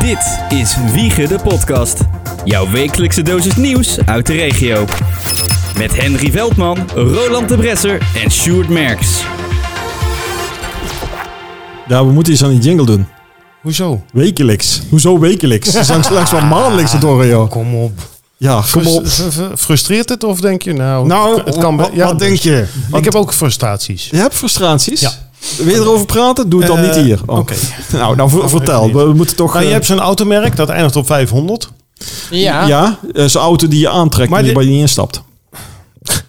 Dit is Wiegen de Podcast. Jouw wekelijkse dosis nieuws uit de regio. Met Henry Veldman, Roland de Bresser en Sjoerd Merks. Ja, we moeten iets aan die jingle doen. Hoezo? Wekelijks. Hoezo wekelijks? Er zijn slechts wel maandelijkse door, joh. Kom op. Ja, kom op. Frus- f- f- Frustreert het of denk je nou... Nou, het kan, wat, ja, dus- wat denk je? Ik heb ook frustraties. Je hebt frustraties? Ja. Wil je erover praten? Doe het dan Eh, niet hier. Oh. oké. Nou, nou ver- vertel. even We, niet. we moeten toch... Nou, je eh, hebt zo'n automerk dat eindigt op 500. ja, Ja. eh, zo'n auto die je aantrekt Maar maar die, dit- waar je niet instapt.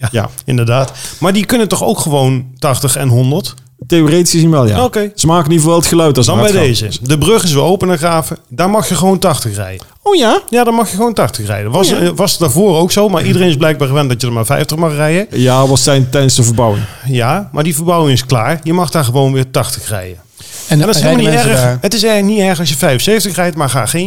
Ja, Ja. inderdaad. Maar die kunnen toch ook gewoon 80 en 100? Theoretisch zien wel, ja. Oké. Ze maken in ieder geval wel het geluid als ze Dan bij hard gaan. deze. De brug is weer open en graven. Daar mag je gewoon 80 rijden. Oh ja? Ja, dan mag je gewoon 80 rijden. Was, Ja. eh, was daarvoor ook zo, maar iedereen is blijkbaar gewend dat je er maar 50 mag rijden. Ja, was zijn tijdens de verbouwing. Ja, maar die verbouwing is klaar. Je mag daar gewoon weer 80 rijden. En eh, En dat is rijden helemaal niet mensen erg. daar. Het is eigenlijk niet erg als je 75 rijdt, maar ga geen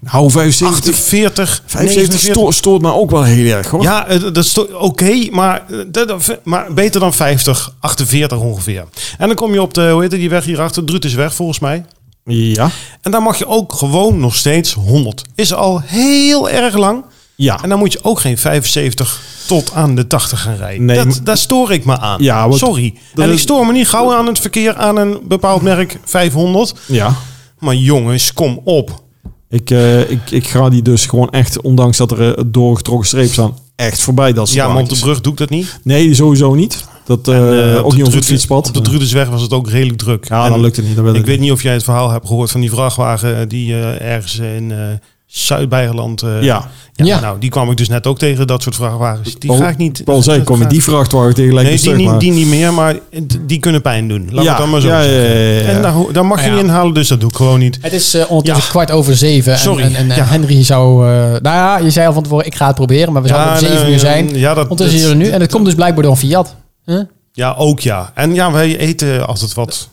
Nou, Hou 80, 75. 40, 75 49. sto- stoort me ook wel heel erg, hoor. Ja, eh, dat is toch oké, maar, eh, dat- dat- maar beter dan 50, 48 ongeveer. En dan kom je op de, hoe heet het, die weg hierachter, Drutisweg volgens mij. Ja. En daar mag je ook gewoon nog steeds 100. Is al heel erg lang. Ja. En dan moet je ook geen 75 tot aan de 80 gaan rijden. Nee, dat, maar- daar stoor ik me aan. Ja, want Sorry. er En ik is- stoor me niet gauw aan het verkeer aan een bepaald merk 500. Ja. Maar jongens, kom op. Ik, eh, ik, ik ga die dus gewoon echt, ondanks dat er eh, doorgetrokken streep staan, echt voorbij. Dat Ja, maar op de straatjes. brug doe ik dat niet. Nee, die sowieso niet. Dat eh, Eh, ook niet op Dru- het fietspad. Op de Drudesweg was het ook redelijk druk. ja, En dan lukt het niet. Dan wil Ik het weet niet of jij het verhaal hebt gehoord van die vrachtwagen die eh, ergens in eh Zuid-Beijerland... eh, niet. Ja, ja, Ja. Nou, die kwam ik dus net ook tegen, dat soort vrachtwagens. Die Paul- ga ik niet... Paul zei, dat kom je ga- die vrachtwagen tegen lijkt Nee, een die, stuk, niet- maar- die niet meer, maar d- die kunnen pijn doen. Laat ja, het dan maar zo ja, ja, zeggen. ja, ja, ja. En daar, daar mag je Ja. niet inhalen, dus dat doe ik gewoon niet. Het is eh, ondertussen Ja. kwart over zeven. En, Sorry. En, en, en Ja. Henry zou... eh, nou ja, je zei al van tevoren, ik ga het proberen. Maar we zouden om nee, zeven uur zijn. Ja, dat, Ondertussen is dat- het er nu. En het komt dus blijkbaar door een Fiat. Huh? ja, ook ja. En ja, wij eten altijd wat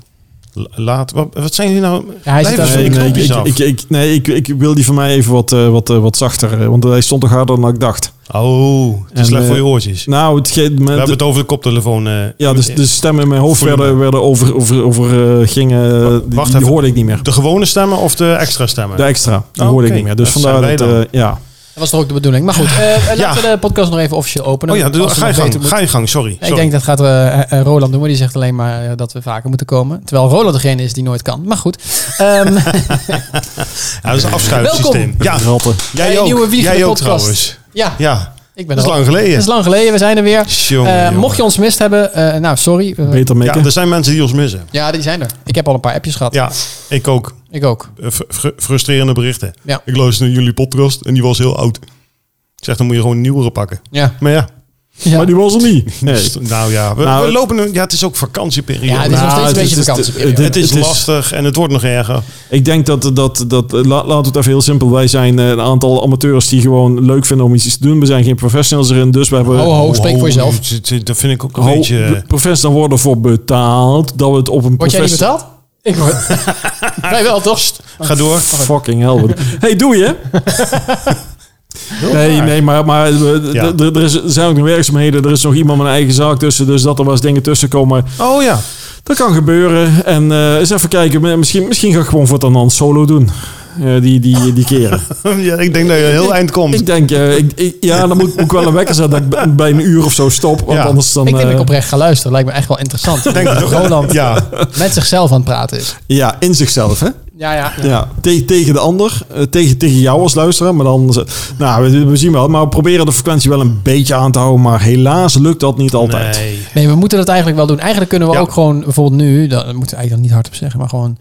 la- laat. Wat, wat zijn jullie nou? Ja, hij zit Blijven daar ze- Nee, ik nee, ik, knop je ik, zelf. ik, ik- nee ik, ik wil die van mij even wat, eh, wat, eh, wat zachter. eh, Want hij stond toch harder dan ik dacht. Oh, het is En, slecht voor eh, je oortjes. Nou, het ge- We me- hebben de, het over de koptelefoon. eh, ja, dus de stemmen in mijn hoofd Volume. werden, werden over, over, over eh, gingen. eh, die- wacht die, even. hoorde ik niet meer. De gewone stemmen of de extra stemmen? De extra, die Oh, hoorde ik oké. niet meer. Dus Dat vandaar zijn dat, wij dan. eh, ja. Dat was toch ook de bedoeling. Maar goed, eh, eh, laten we de podcast nog even officieel openen. oh ja, doe- Als we ga je nog weten gang. Ga moet- je gang, sorry. Ik sorry. denk dat gaat eh, eh, Roland doen, maar die zegt alleen maar eh, dat we vaker moeten komen. Terwijl Roland degene is die nooit kan. Maar goed. Ehm, Ja, dat is een afschuifsysteem. Ja, Ratten. jij Bij een ook. nieuwe Wiegen Jij de ook podcast. trouwens. ja, Ja, ik ben dat is er. lang Het geleden. is lang geleden, we zijn er weer. Jongen, Eh, jongen. mocht je ons mist hebben, eh, nou sorry. Eh, Beter Ja, maken. er zijn mensen die ons missen. ja, die zijn er. Ik heb al een paar appjes gehad. Ja, ik ook. Ik ook. Eh, fr- fr- frustrerende berichten. Ja. Ik luisterde naar jullie podcast en die was heel oud. Ik zeg, dan moet je gewoon een nieuwere pakken. Ja. Maar ja, ja. Maar die was er niet. dus- nou ja, we, Nou, we lopen een, ja, het is ook vakantieperiode. Ja, het is Nou, nog steeds het een is- beetje het is- vakantieperiode. dit- het is het is- lastig en het wordt nog erger. Ik denk dat, dat, dat la- laten we het even heel simpel. Wij zijn eh, een aantal amateurs die gewoon leuk vinden om iets te doen. We zijn geen professionals erin, dus we hebben... Ho, ho, spreek voor Oh, jezelf. het- het- het- Dat vind ik ook een Ho- beetje... we- professionals worden voor betaald. Dat we het op een Word jij niet profession- betaald? Ik word. Wij wel, toch? eh, Ga door. Fucking hell. wat- hey, doe je? Nee, nee, maar, maar we- Ja. d- d- er, is, er zijn ook nog werkzaamheden. Er is nog iemand met een eigen zaak tussen. Dus dat er wel eens dingen tussen komen. Oh ja. Dat kan gebeuren. En eh, eens even kijken. Misschien, misschien ga ik gewoon voortaan solo doen. Eh, die, die, die keren. ja, ik denk dat je heel eind komt. Ik denk, eh, ik, ik- ja, dan moet moet ik wel een wekker zetten dat ik b- bij een uur of zo stop. Want Ja. anders dan... Ik denk dat ik eh, oprecht ga luisteren. Lijkt me echt wel interessant. Denk ik toch? Roland Ja, met zichzelf aan het praten is. ja, in zichzelf, hè? Ja, ja. Ja. Te- tegen de ander. eh, tegen, tegen jou als luisteraar. Maar dan... z- Nou, we, we zien wel. Maar we proberen de frequentie wel een beetje aan te houden. Maar helaas lukt dat niet altijd. Nee. Nee, we moeten dat eigenlijk wel doen. Eigenlijk kunnen we Ja. ook gewoon bijvoorbeeld nu, dat moeten we eigenlijk dan niet hardop zeggen, maar gewoon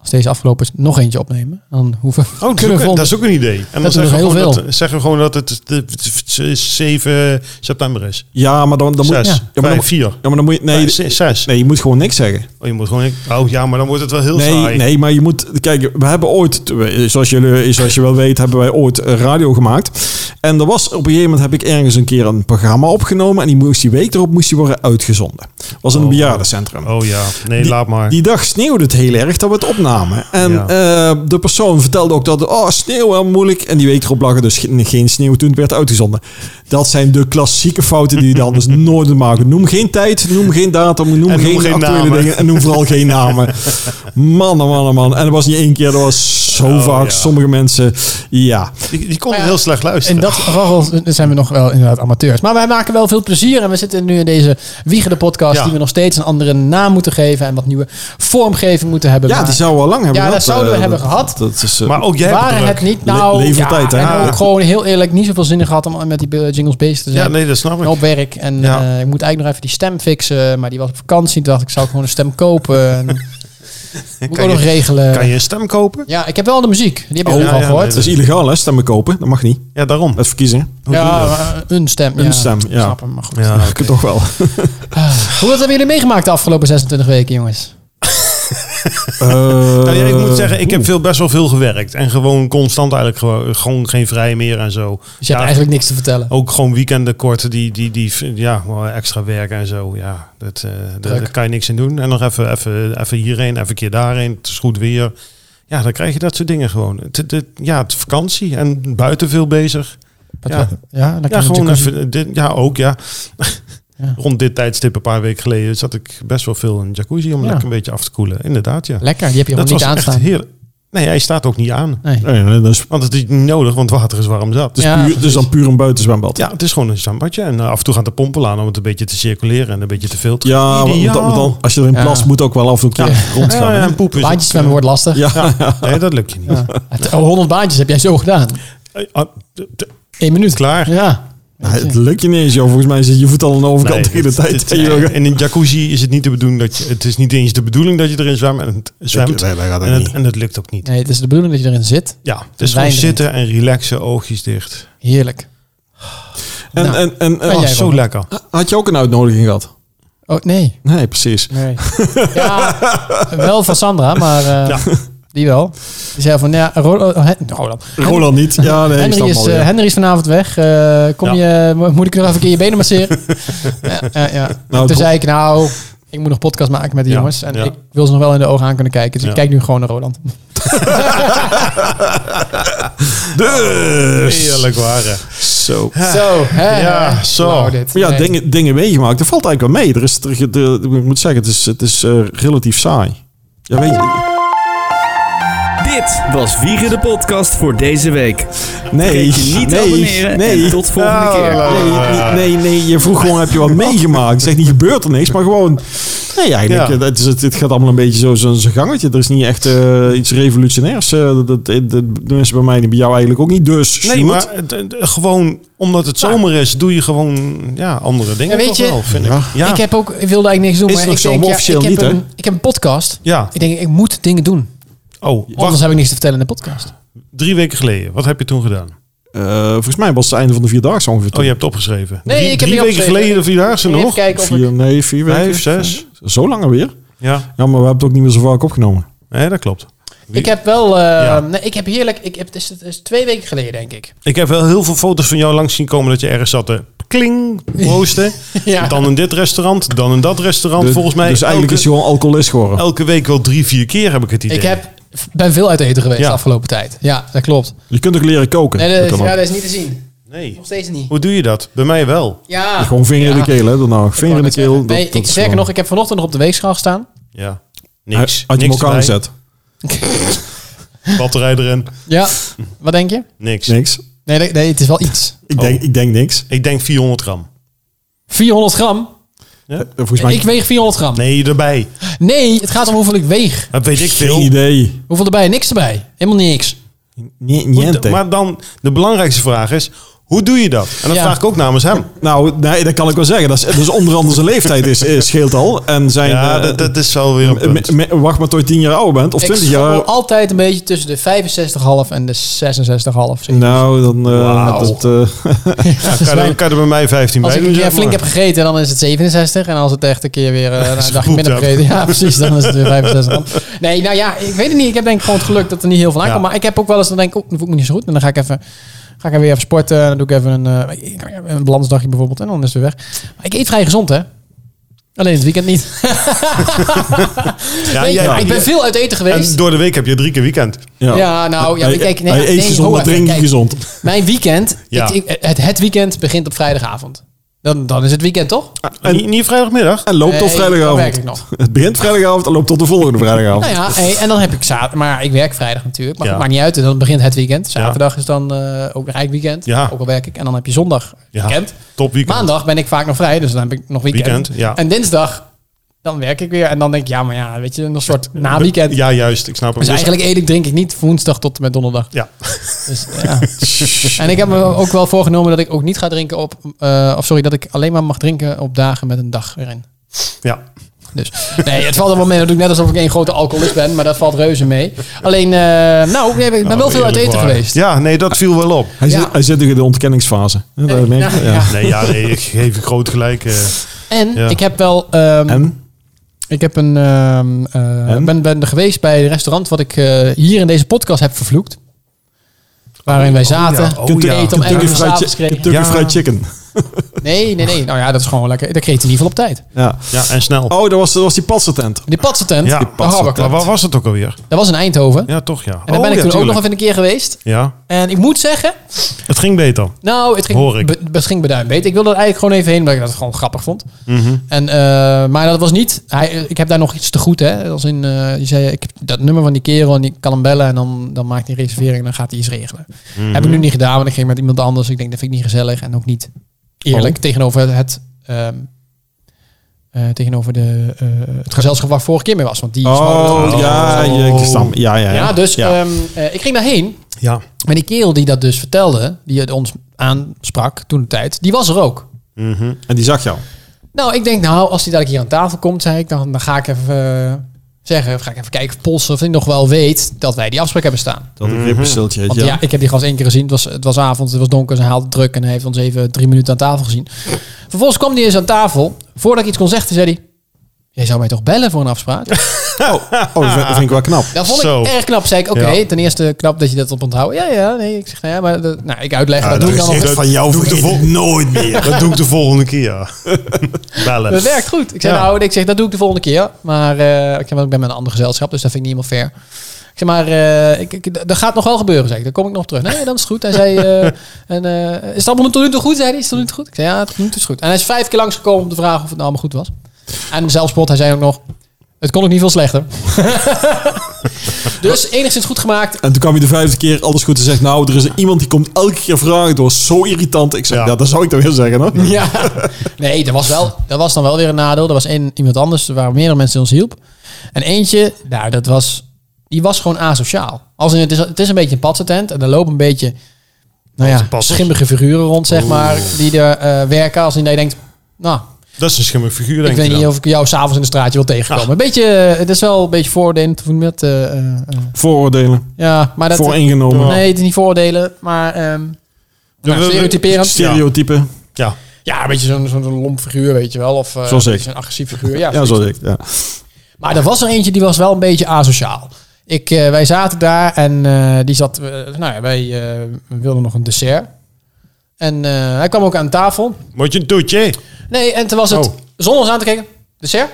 als deze afgelopen is, nog eentje opnemen. Dan hoeven Oh, dat is, kunnen ook, een- we volgende- dat is ook een idee. En doen dan zeggen we we, heel gewoon veel. dat, zeggen we gewoon dat het de- de- 7 september is. Ja, maar dan, dan moet... Zes, Ja, maar dan, vijf, vier. ja, maar dan moet je... Nee, Nee, zes. nee, je moet gewoon niks zeggen. Oh, je moet gewoon... Oh ja, maar dan wordt het wel heel Nee, saai. nee, maar je moet... Kijk, we hebben ooit... Zoals, jullie, zoals je wel weet, hebben wij ooit eh, radio gemaakt. En er was op een gegeven moment... heb ik ergens een keer een programma opgenomen... en die, moest, die week erop moest die worden uitgezonden. was in een Oh. bejaardencentrum. Oh ja, nee, laat maar. Die dag sneeuwde het heel erg dat we het namen. En Ja. eh, de persoon vertelde ook dat, oh, sneeuw wel moeilijk. En die week erop lag er dus ge- geen sneeuw toen het werd uitgezonden. Dat zijn de klassieke fouten die je dan dus nooit moet maken. Noem geen tijd, noem geen datum, noem, noem geen, geen actuele namen. dingen. En noem vooral geen namen. Man, oh man, oh man. En dat was niet één keer, dat was zo Oh, vaak. ja. Sommige mensen, ja. Die, die konden Maar ja, heel slecht In luisteren. dat geval zijn we nog wel inderdaad amateurs. Maar wij maken wel veel plezier. En we zitten nu in deze wiegende podcast. Ja. Die we nog steeds een andere naam moeten geven. En wat nieuwe vormgeving moeten hebben. Ja, Maar die zouden we al lang hebben Ja, dat gehad. zouden we Eh, hebben dat- gehad. Dat is, eh, maar ook jij hebt waren het het druk. niet nou... Le- levertijd, ja, hè? En Ja. ook gewoon heel eerlijk niet zoveel zin in gehad om met die eh, jingles bezig te zijn. Ja, nee, dat snap ik. En op werk. En Ja. eh, ik moet eigenlijk nog even die stem fixen. Maar die was op vakantie. Toen dacht ik, zou ik gewoon een stem kopen. En moet ik Kan ook nog je, regelen. kan je een stem kopen? Ja, ik heb wel de muziek. Die heb je Oh, ook al ja, ja, gehoord. dat is illegaal, hè? Stemmen kopen, dat mag niet. Ja, daarom. Met verkiezingen. Hoe doe ja, je dat? maar een stem. Een ja. stem, Ik ja. Snap hem, maar goed. Ah. Ja, Ik Toch wel. Hoe wat hebben jullie meegemaakt de afgelopen 26 weken, jongens? Dus Nou ja, ik Eh, Eh, moet zeggen, ik heb veel, best wel veel gewerkt. En gewoon constant eigenlijk gewoon, gewoon geen vrij meer en zo. Dus je hebt eigenlijk niks te vertellen. Ook gewoon weekenden kort, die, die, die ja, wel extra werken en zo. Ja, dat, eh, daar- Druk. daar kan je niks in doen. En nog even, even, even hierheen, even een keer daarheen. Het is goed weer. Ja, dan krijg je dat soort dingen gewoon. Het, het- het- ja, het is vakantie en buiten veel bezig. Wat- ja. ja, dan Ja, kan je gewoon natuurlijk even, dit, ja, ook ja. Ja. Rond dit tijdstip een paar weken geleden zat ik best wel veel in de jacuzzi om Ja. lekker een beetje af te koelen. Inderdaad, ja. Lekker, die heb je dat gewoon niet was echt aanstaan. heerlijk. Nee, hij staat ook niet aan. Nee. Nee, nee, Nou dat is, Want het is niet nodig, want water is warm zat. Dus het is, puur, Ja, het is precies. dan puur een buitenzwembad. Ja, het is gewoon een zandbadje. En eh, af en toe gaat de pompen aan om het een beetje te circuleren en een beetje te filteren. Ja, want Ideaal. dat moet dan, als je erin Ja. plast, moet ook wel af en toe een keer rondgaan. Ja, hè? en poep is Baantjes ook, zwemmen wordt lastig. Ja. eh, Nee, dat lukt je niet. Ja. Het- oh, 100 baantjes heb jij zo gedaan. Eh, ah, d- d- Eén minuut. Klaar. Ja. Nee, het lukt je niet eens, joh. Volgens mij zit je voet al aan de overkant Nee, tegen de het- tijd. het- en in een jacuzzi is het niet te bedoelen dat je, het is niet eens de bedoeling dat je erin zwemt en het zwemt. Nee, dat gaat ook en, het, niet. en het lukt ook niet. Nee, het is de bedoeling dat je erin zit. Ja, dus gewoon Wijn zitten en relaxen, oogjes dicht. Heerlijk. en, Nou, en, en, eh, ben Oh, jij zo wel. lekker. had je ook een uitnodiging gehad? Oh, nee. Nee, precies. Nee. Ja, wel van Sandra, maar eh, Ja. die wel. Die zei van, ja, Roland... oh, Hen- Roland. Roland niet. Ja, nee, ik Henry snap is, al, ja. eh, Henry is vanavond weg. Eh, kom je, mo- moet ik nog even een keer je benen masseren? ja, ja, ja. Nou, Toen het- zei ik, nou, ik moet nog podcast maken met die Ja, jongens. En ja. ik wil ze nog wel in de ogen aan kunnen kijken. Dus ik Ja. kijk nu gewoon naar Roland. Dus. Heerlijk waren. Zo. Zo, hè? Ja, zo. Nou, dit. Maar ja, Nee. dingen, dingen meegemaakt. Dat valt eigenlijk wel mee. Er is, er, de- ik moet zeggen, het is, het is eh, relatief saai. Ja, weet je. Dit was Wiegen de podcast voor deze week. Nee, Vergeet je niet te nee, abonneren nee. en tot volgende Nou, keer. nou. Nee, nee, nee, nee, je vroeg gewoon, heb je wat meegemaakt? Zeg niet, gebeurt er niks, maar gewoon... Nee, eigenlijk, Ja. eh, het, is, het, het gaat allemaal een beetje zo zo'n zo'n gangetje. Er is niet echt eh, iets revolutionairs. eh, dat, dat, dat, dat doen ze bij mij en bij jou eigenlijk ook niet. Dus, Nee, Sjoerd, maar het- het- gewoon omdat het zomer is, doe je gewoon ja, andere dingen. Ja, weet toch je- wel, vind Ja. ik. Ja, Ik, heb ook, ik wilde eigenlijk niks doen. Is maar nog ik zo, denk, maar ja, officieel ik heb niet, hè? Een, ik heb een podcast. ja. Ik denk, ik moet dingen doen. Oh, wacht. Anders heb ik niks te vertellen in de podcast. Drie weken geleden. Wat heb je toen gedaan? eh, volgens mij was het einde van de vier dagen ongeveer. Oh, toen. je hebt het opgeschreven. Nee, drie, ik heb drie niet weken opgeschreven. geleden de Vierdaagse Even nog. kijken of ik... Vier, nee, vier weken. Vijf, zes. Zo lang alweer? Ja, Ja, maar we hebben het ook niet meer zo vaak opgenomen. nee, dat klopt. Wie- Ik heb wel... eh, Ja. nee, ik heb heerlijk... Ik heb, het, is, het is twee weken geleden, denk ik. Ik heb wel heel veel foto's van jou langs zien komen dat je ergens zat te kling, proosten. Ja. Dan in dit restaurant, dan in dat restaurant. Dus- Volgens mij dus eigenlijk elke, is hij gewoon alcoholist geworden. elke week wel drie, vier keer heb ik het idee. Ik heb, ben veel uit eten geweest Ja. de afgelopen tijd. Ja, dat klopt. Je kunt ook leren koken. Nee, Dat dat, kan is- ook. ja, dat is niet te zien. Nee. Nog steeds niet. Hoe doe je dat? Bij mij wel. Ja. Gewoon vinger in de Ja. keel, hè? Daarna Ik wou vinger in de net keel. zeggen. Nee, dat- dat is ik, zeker gewoon- nog, ik heb vanochtend nog op de weegschaal gestaan. Ja. Niks. Had je hem niks ook erbij. aangezet? Batterij erin. Ja. Wat denk je? Niks. Niks. Nee, nee, nee, het is wel iets. Ik denk, Oh. ik denk niks. Ik denk 400 gram. 400 gram? Eh, Volgens mij Ik weeg 400 gram. Nee. Nee, erbij. het gaat om hoeveel ik weeg. Dat weet ik geen veel. idee. Hoeveel erbij? Niks erbij. Helemaal niks. Nie- Hoe- Niente. Maar dan, de belangrijkste vraag is, hoe doe je dat? En dat Ja. vraag ik ook namens hem. Nou, nee, dat kan ik wel zeggen. Dat is, dus onder andere zijn leeftijd is, is, scheelt al. En zijn... Ja, eh, dat, dat is wel weer een eh, punt. me- me- wacht maar tot je tien jaar ouder bent. Of Ik twintig schommel jaar. altijd een beetje tussen de 65,5 en de 66,5. zoiets. Nou, dan... eh, Wauw. dat, eh, Ja, kan, er, kan er bij mij 15 Als bij ik Mm, doen, een keer zeg flink maar. heb gegeten, dan is het 67. En als het echt een keer weer eh, Als een je dagje minder gepoept hebt. gegeten. Ja, precies. Dan is het weer 65. Nee, nou ja, ik weet het niet. Ik heb denk ik gewoon het geluk dat er niet heel veel aankomt. Ja. Maar ik heb ook wel eens, dan denk ik, oh, dat voel ik me niet zo goed. En dan ga ik even... Ga ik weer even sporten, dan doe ik even een, eh, een balansdagje bijvoorbeeld en dan is het weer weg. Maar ik eet vrij gezond, hè? Alleen het weekend niet. Ja, Nee, jij- Ik ben veel uit eten geweest. En door de week heb je drie keer weekend. Ja, nou, ja, Hij- kijk, nee, hij ja, eet nee, gezond, ho, maar even, drinkt kijk. gezond. Mijn weekend, Ja. ik, ik- het, het weekend begint op vrijdagavond. Dan, dan is het weekend toch? En niet, niet vrijdagmiddag. En loopt tot Nee, dan werk vrijdagavond. ik nog. Het begint vrijdagavond en loopt tot de volgende vrijdagavond. Nou ja, hey, en dan heb ik zaterdag. Maar ik werk vrijdag natuurlijk. Maar Ja. het maakt niet uit. En dan begint het weekend. Zaterdag is dan eh, ook nog eigenlijk weekend. Ja. Ook al werk ik. En dan heb je zondag Ja, weekend. Top weekend. Maandag ben ik vaak nog vrij. Dus dan heb ik nog weekend. Weekend, ja. En dinsdag, dan werk ik weer. En dan denk ik, ja, maar ja, weet je, een soort na-weekend. Ja, juist. Ik snap hem. Dus eigenlijk eet ik, drink ik niet van woensdag tot en met donderdag. Ja. Dus, ja. en ik heb me ook wel voorgenomen dat ik ook niet ga drinken op... eh, of sorry, dat ik alleen maar mag drinken op dagen met een dag erin. ja. Dus nee, het valt er wel mee. Dat doe ik net alsof ik één grote alcoholist ben, maar dat valt reuze mee. Alleen, eh, nou, nee, ik ben wel veel uit eten geweest. Oh, Ja, nee, dat viel wel op. Hij, Ja. zit, hij zit nog in de ontkenningsfase. Ja, dat Nee, merk nou, je, ja. ja. Nee, ja, nee, ik geef je groot gelijk. eh. En Ja. ik heb wel, ehm, En? ik heb een, ehm, eh, En? ben, ben er geweest bij een restaurant wat ik eh, hier in deze podcast heb vervloekt. Waarin wij zaten. ja. Oh, Toen ja. eten om Kentucky 11 uur Fried s'avonds Chi- kregen. Kentucky Ja. Fried Chicken. Nee, nee, nee. Nou ja, dat is gewoon lekker. Dat kreeg je in ieder geval op tijd. Ja. Ja, en snel. Oh, dat was, dat was die patsertent. Die patsentent, Ja, ja, die Maar waar was het ook alweer? dat was in Eindhoven. Ja, toch ja. En daar ben ik toen ook nog even een keer geweest. Ja, En ik moet zeggen, het ging beter. Nou, het ging, Hoor ik. be- het ging beduimd beter. Ik wilde er eigenlijk gewoon even heen, omdat ik dat gewoon grappig vond. Mhm. En, eh, maar dat was niet... Hij, ik heb daar nog iets te goed, hè. Als in, eh, je zei, ik heb dat nummer van die kerel en ik kan hem bellen... en dan, dan maakt hij een reservering en dan gaat hij iets regelen. Heb ik nu niet gedaan, want ik ging met iemand anders. Ik denk, dat vind ik niet gezellig en ook niet eerlijk tegenover het... ehm, eh, tegenover de, eh, het gezelschap waar vorige keer mee was. Want die is wel- Oh, ja, Oh. je stam. Ja, ja, ja. ja, dus Ja. ehm, eh, ik ging daarheen. Ja. Maar die kerel die dat dus vertelde, die het ons aansprak toen de tijd, die was er ook. Mhm. En die zag jou. Nou, ik denk, nou, als hij dadelijk hier aan tafel komt, zei ik, dan, dan ga ik even eh, zeggen, of ga ik even kijken of polsen of hij nog wel weet dat wij die afspraak hebben staan. Dat een ribbenstiltje heet, Want ja, ik heb die gast één keer gezien. Het was, het was avond, het was donker, ze haalde druk en hij heeft ons even drie minuten aan tafel gezien. Vervolgens kwam hij eens aan tafel. Voordat ik iets kon zeggen, zei hij, jij zou mij toch bellen voor een afspraak? Oh, dat vind, dat vind ik wel knap. Dat vond ik Zo. erg knap. Zei ik, oké, Ja. ten eerste knap dat je dat op onthouden. Ja, ja, nee. Ik zeg, nou ja, maar dat- nou, ik uitleggen, dat, doe ik dan nog. van jou vergeet ik nooit meer. Dat doe ik de volgende keer. ja. Bellen. Dat werkt goed. Ik zei, Ja. nou, ik zeg, dat doe ik de volgende keer. Maar eh, ik, zeg, maar ik ben met een ander gezelschap, dus dat vind ik niet helemaal fair. Ik zeg, maar eh, ik, ik- dat gaat nog wel gebeuren, zei ik. Daar kom ik nog op terug. Nee, dan is het goed. Hij zei, eh, en, eh, is het allemaal tot nu toe goed? Zei hij, is het tot nu toe goed? Ik zei, ja, tot nu toe is het goed. En hij is vijf keer langsgekomen om te vragen of het nou allemaal goed was. En zelfspot, hij zei ook nog, het kon ook niet veel slechter. dus enigszins goed gemaakt. En toen kwam hij de vijfde keer alles goed en zegt... Nou, er is iemand die komt elke keer vragen. Het was zo irritant. Ik zeg, Ja. ja, dat zou ik dan weer zeggen, hoor. Ja. Nee, dat was, wel, dat was dan wel weer een nadeel. Er was één, iemand anders, er waren meerdere mensen die ons hielp. En eentje, nou, dat was, die was gewoon asociaal. Als in, het, is, het is een beetje een patsentent en er lopen een beetje nou ja, Patsenpassers. schimmige figuren rond, zeg maar, die er eh, werken. Als in dat je denkt, nou, Dat is een schimmig figuur, denk ik weet je niet dan. of ik jou s'avonds in de straatje wil Ah. tegenkomen. Een beetje, eh, het is wel een beetje voordelen te doen met, eh, eh, eh, Vooroordelen. ja, maar dat... Vooringenomen. Nee, het is niet voordelen, maar ehm nou, we- we- stereotyperend. Stereotypen. Ja. Ja, een beetje zo'n zo'n lomp figuur, weet je wel. Of eh, Zoals een ik. beetje Zo'n agressief figuur. Ja, Ja, zo zeg ik. Ja. Maar er was er eentje die was wel een beetje asociaal. Ik, eh, wij zaten daar en eh, die zat. eh, nou ja, wij eh, wilden nog een dessert. En eh, hij kwam ook aan tafel. Moet je een toetje? Nee, en toen was het. Oh. Zonder ons aan te kijken. Dessert?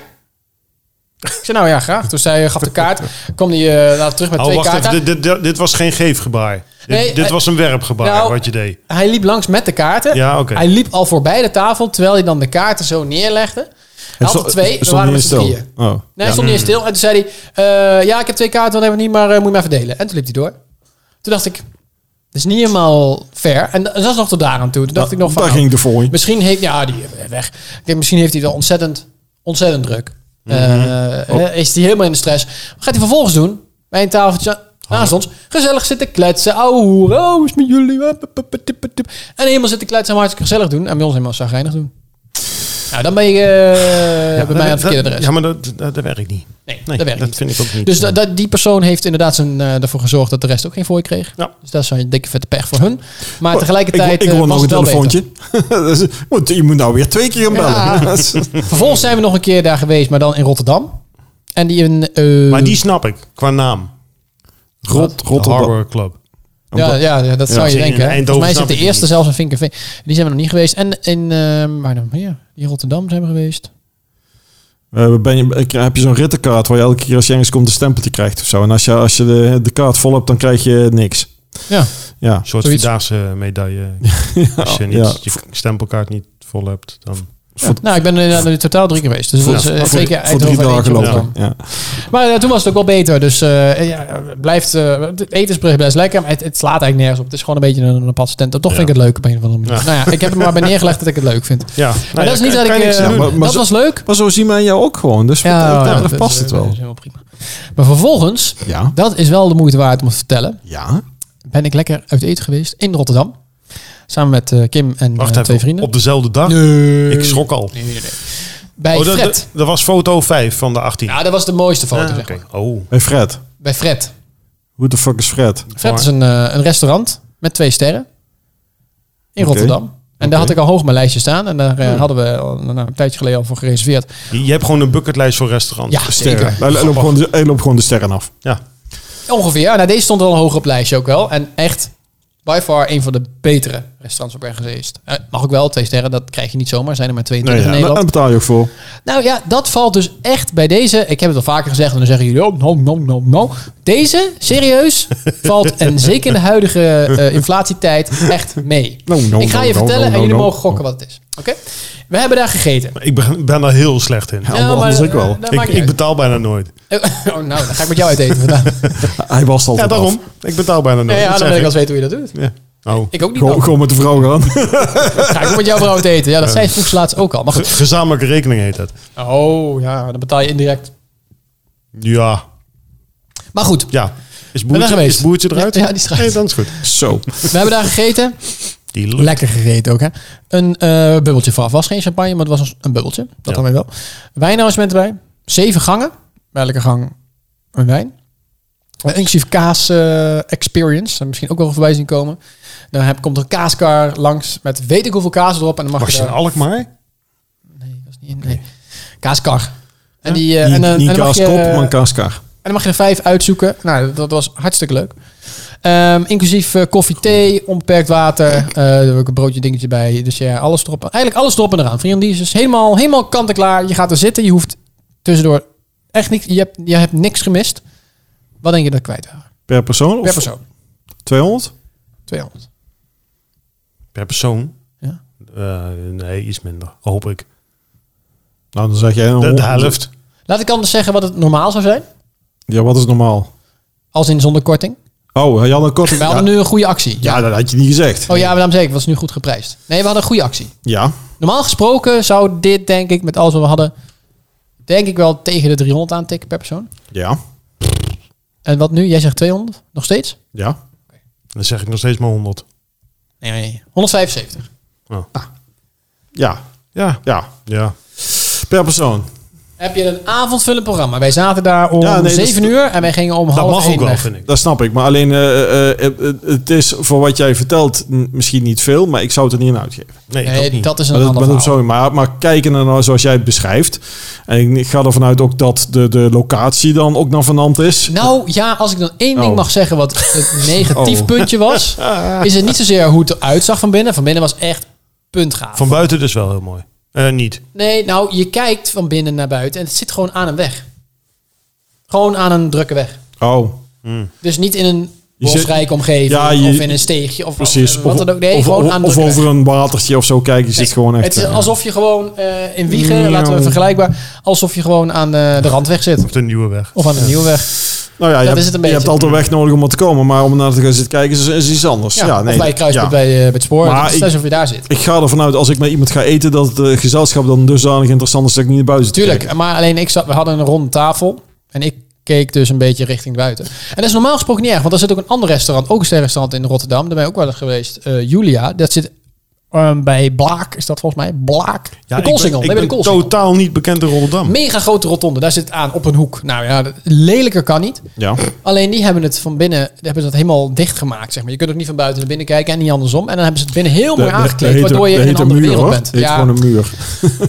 Ik zei nou ja, graag. Dus zij eh, gaf de kaart. Kwam die eh, later terug met Oh, twee wacht kaarten. even. Dit, dit- dit, dit was geen geefgebaar. Nee, dit dit eh, was een werpgebaar, nou, wat je deed. Hij liep langs met de kaarten. Ja, oké. Hij liep al voorbij de tafel terwijl hij dan de kaarten zo neerlegde. Hij had er twee, we waren met z'n drieën. Oh. Nee, hij stond niet eens stil. En toen zei hij, eh, ja, ik heb twee kaarten, wat hebben we niet, maar eh, moet je maar verdelen. En toen liep hij door. Toen dacht ik, dat is niet helemaal fair. En dat dat was nog tot daar aan toe. Toen dacht ik nog van, Daar nou, ging de voor. misschien heeft, ja, die eh, weg. Ik denk, misschien heeft hij wel ontzettend, ontzettend druk. Eh, eh, Is hij helemaal in de stress. Wat gaat hij vervolgens doen? Bij een tafeltje naast ons. Gezellig zitten kletsen. Ouwe hoeren. Oh, hoe is het met jullie? Hup, hup, hup, hup, hup, hup. En helemaal zitten kletsen en hartstikke gezellig doen. En bij ons helemaal zagrijnig doen. Nou, dan ben je eh, bij mij aan het Dat- verkeerde adres. Ja, maar dat, dat, dat werkt niet. Nee, Nee, dat werkt niet. vind ik ook niet. eh, Dus da- da- die persoon heeft inderdaad zijn, eh, ervoor gezorgd dat de rest ook geen fooi kreeg. Ja. Dus dat is een dikke vette pech voor hun. Maar tegelijkertijd Oh, Ik, ik eh, hoor was nog een het wel telefoontje. Dat is- want je moet nou weer twee keer gaan bellen. Ja. Dat is- beter. Vervolgens zijn we nog een keer daar geweest, maar dan in Rotterdam. En die een... eh, maar die snap ik, qua naam. Rot, De Rotterdam. Harbor Club. ja, ja, ja, dat zou je in denken. hè. Eindhoven Volgens mij snap zit de ik het eerste niet. zelfs in Vinkenveen. Die zijn we nog niet geweest. En in... ehm waar dan meer? In Rotterdam zijn we geweest. Eh, ben je, heb je zo'n rittenkaart waar je elke keer als je ergens komt een stempeltje krijgt of zo. En als je, als je de, de kaart vol hebt, dan krijg je niks. Ja. Ja. Een soort Zoiets. Vierdaagse medaille. Als je niet ja. je stempelkaart niet vol hebt, dan... Nou, ik ben inderdaad in totaal drie keer geweest. Dus dat is eh, Voor- twee keer voor drie Eindhoven en dagen eentje lopen. Rotterdam. Ja. Maar eh, toen was het ook wel beter. Dus eh, ja, het blijft, eh, het eten is best lekker. Maar het, het slaat eigenlijk nergens op. Het is gewoon een beetje een, een padse tent. Toch vind ik het leuk op een of andere manier. Ja. Nou ja, ik heb er maar bij neergelegd dat ik het leuk vind. Maar Ja, nou ja, dat is niet kan- dat ik... kan je niks eh, aan ja, doen. maar- maar dat zo- was leuk. Maar zo zien wij jou ook gewoon. Dus wat dat nou, betreft past is- het dat wel. is helemaal prima. Maar vervolgens, Ja. dat is wel de moeite waard om te vertellen. Ja. Ben ik lekker uit eten geweest in Rotterdam. Samen met eh, Kim en eh, Wacht twee even, vrienden. op dezelfde dag? Nee. Ik schrok al. Nee, nee, nee. Bij Oh, dat, Fred. dat, dat was foto 5 van de 18. ja, dat was de mooiste foto. Ah, zeg oké. maar. Oh, Hey Fred. Bij Fred. Hoe de fuck is Fred? Fred Maar- is een, eh, een restaurant met twee sterren Oké. Hmm. in Rotterdam. En daar had ik al hoog op mijn lijstje staan. En daar eh, hadden we al, nou, een tijdje geleden al voor gereserveerd. je, je hebt gewoon een bucketlijst voor restaurants. Dus, Ja, Sterren. zeker. Hij loopt gewoon, de- hij loopt gewoon de sterren af. Ja. Ongeveer. Nou, deze stond al hoog op het lijstje ook wel. En echt, by far, een van de betere restaurants op ergens is. Eh, mag ook wel, twee sterren, dat krijg je niet zomaar. Zijn er maar 22 in En daar Nederland. betaal je ook voor. Nou ja, dat valt dus echt bij deze. Ik heb het al vaker gezegd en dan zeggen jullie, oh, no, no, no, no. Deze, serieus, valt en zeker in de huidige eh, inflatietijd echt mee. No, no, ik ga je no, no, vertellen no, en jullie no. mogen gokken wat het is. Oké? We hebben daar gegeten. Nou, eh, Ik ben, ben daar heel slecht in. Ja, anders ik wel. dat ik, maakt niet ik betaal bijna nooit. uit. Oh, nou, dan ga ik met jou uit eten vandaag. Hij was altijd Ja, daarom. Ik betaal bijna Ja, nooit. ja, dat dan zeg wil ik ik. wel eens weten hoe je dat doet. Ja. Oh. Ik ook niet. Gewoon, dan. gewoon met de vrouw gaan. Ga ik ook met jouw vrouw uit eten. Ja, dat zei ze vroeg laatst ook al. Maar Ge- goed. Gezamenlijke rekening heet dat. Oh, ja, dan betaal je indirect. Ja. Maar goed, Ja. Is ben daar boertje, geweest. is boertje eruit? Ja, ja, die is eruit. Nee, dan is goed. Zo. We hebben daar gegeten. Die lukt. Lekker gegeten ook, hè? Een eh, bubbeltje vooraf. Was geen champagne, maar het was een- een bubbeltje. Dat Ja. dan weer wel. Wijnarrangement erbij. Zeven gangen. Bij elke gang een wijn. Eh, inclusief kaas eh, experience. Daar misschien ook wel voorbij zien komen. Dan heb, komt er een kaaskar langs met weet ik hoeveel kaas erop. En dan mag Was je je in daar- Alkmaar? Nee, dat is niet in. Nee. Kaaskar. En die... eh, Niet- en, eh, niet en dan mag je- kaaskop, maar een kaaskar. en dan mag je er vijf uitzoeken. Nou, dat was hartstikke leuk. Ehm, inclusief eh, koffie, thee, onbeperkt water. eh, er was ook een broodje dingetje bij. Dus ja, alles erop. Eigenlijk alles erop en eraan. Vriendies is dus helemaal, helemaal kant en klaar. Je gaat er zitten. Je hoeft tussendoor echt niks. Je hebt, je hebt niks gemist. Wat denk je dat ik kwijt waren? Per persoon? Of Per persoon. 200? 200. Per persoon? Ja. Eh, nee, iets minder. Hoop ik. Nou, dan zeg jij... een De, honderd. de helft. Laat ik anders zeggen wat het normaal zou zijn. Ja, wat is normaal? Als in zonder korting. Oh, je had een korting. We hadden nu een goede actie. Ja, dat had je niet gezegd. Oh ja, maar daarom zeg ik, het was nu goed geprijsd. Nee, we hadden een goede actie. Ja. Normaal gesproken zou dit, denk ik, met alles wat we hadden, denk ik wel tegen de 300 aantikken per persoon. Ja. En wat nu? Jij zegt 200? Nog steeds? Ja. Dan zeg ik nog steeds maar 100. Nee, nee. 175. Ja. Ja. Ja. Ja. Per persoon. Heb je een avondvullend programma? Wij zaten daar om Ja, nee, dat is- 7 uur en wij gingen om Dat half mag één ook wel, weg. vind ik. Dat snap ik. Maar alleen, eh, eh, eh, eh, het is voor wat jij vertelt m- misschien niet veel, maar ik zou het er niet aan uitgeven. Nee, ik Nee, ook niet. dat is een Maar, dat, ander maar, dat- verhaal. sorry, maar, maar kijken naar nou zoals jij het beschrijft. En ik ga ervan uit ook dat de, de locatie dan ook naar Vanant is. Nou ja, als ik dan één ding Oh. mag zeggen wat het negatief Oh. puntje was, is het niet zozeer hoe het eruit zag van binnen. Van binnen was echt puntgaaf. Van buiten dus wel heel mooi. Eh, niet. Nee, nou, je kijkt van binnen naar buiten en het zit gewoon aan een weg. Gewoon aan een drukke weg. Oh, Dus niet in een Je zit- bosrijke omgeving Ja, je- of in een steegje of precies. of wat dan ook. Nee, of, gewoon of- aan of drukke over weg. een watertje of zo kijken. Je zit gewoon echt... Het is eh, alsof je gewoon eh, in Wiegen, laten we vergelijkbaar, alsof je gewoon aan eh, de randweg zit. Op de nieuwe weg. Of aan de nieuwe weg. nou ja, je, dat hebt, is het een je beetje. hebt altijd een weg nodig om er te komen, maar om naar te gaan zitten kijken is, is iets anders. Ja, Ja, nee, of bij je kruispunt ja. bij, eh, bij het spoor. Maar het is ik- net of je daar zit. Ik ga ervan uit als ik met iemand ga eten dat het eh, gezelschap dan dusdanig interessant is dat ik niet naar buiten zit te Tuurlijk, maar alleen ik zat, we hadden een ronde tafel en ik keek dus een beetje richting buiten. En dat is normaal gesproken niet erg, want er zit ook een ander restaurant, ook een sterrenrestaurant in Rotterdam. Daar ben ik ook wel eens geweest. Eh, Julia, dat zit eh, bij Blaak, is dat volgens mij? Blaak. de ik ben, Koolsingel. nee, ik bij ben de Koolsingel. totaal niet bekend in Rotterdam. Mega grote rotonde, daar zit het aan, op een hoek. Nou ja, dat- lelijker kan niet. Ja. Alleen die hebben het van binnen, die hebben ze dat helemaal dichtgemaakt, zeg maar. Je kunt ook niet van buiten naar binnen kijken en niet andersom. En dan hebben ze het binnen heel mooi aangekleed, waardoor je in een andere muur, wereld hoor. bent. Het is gewoon een muur.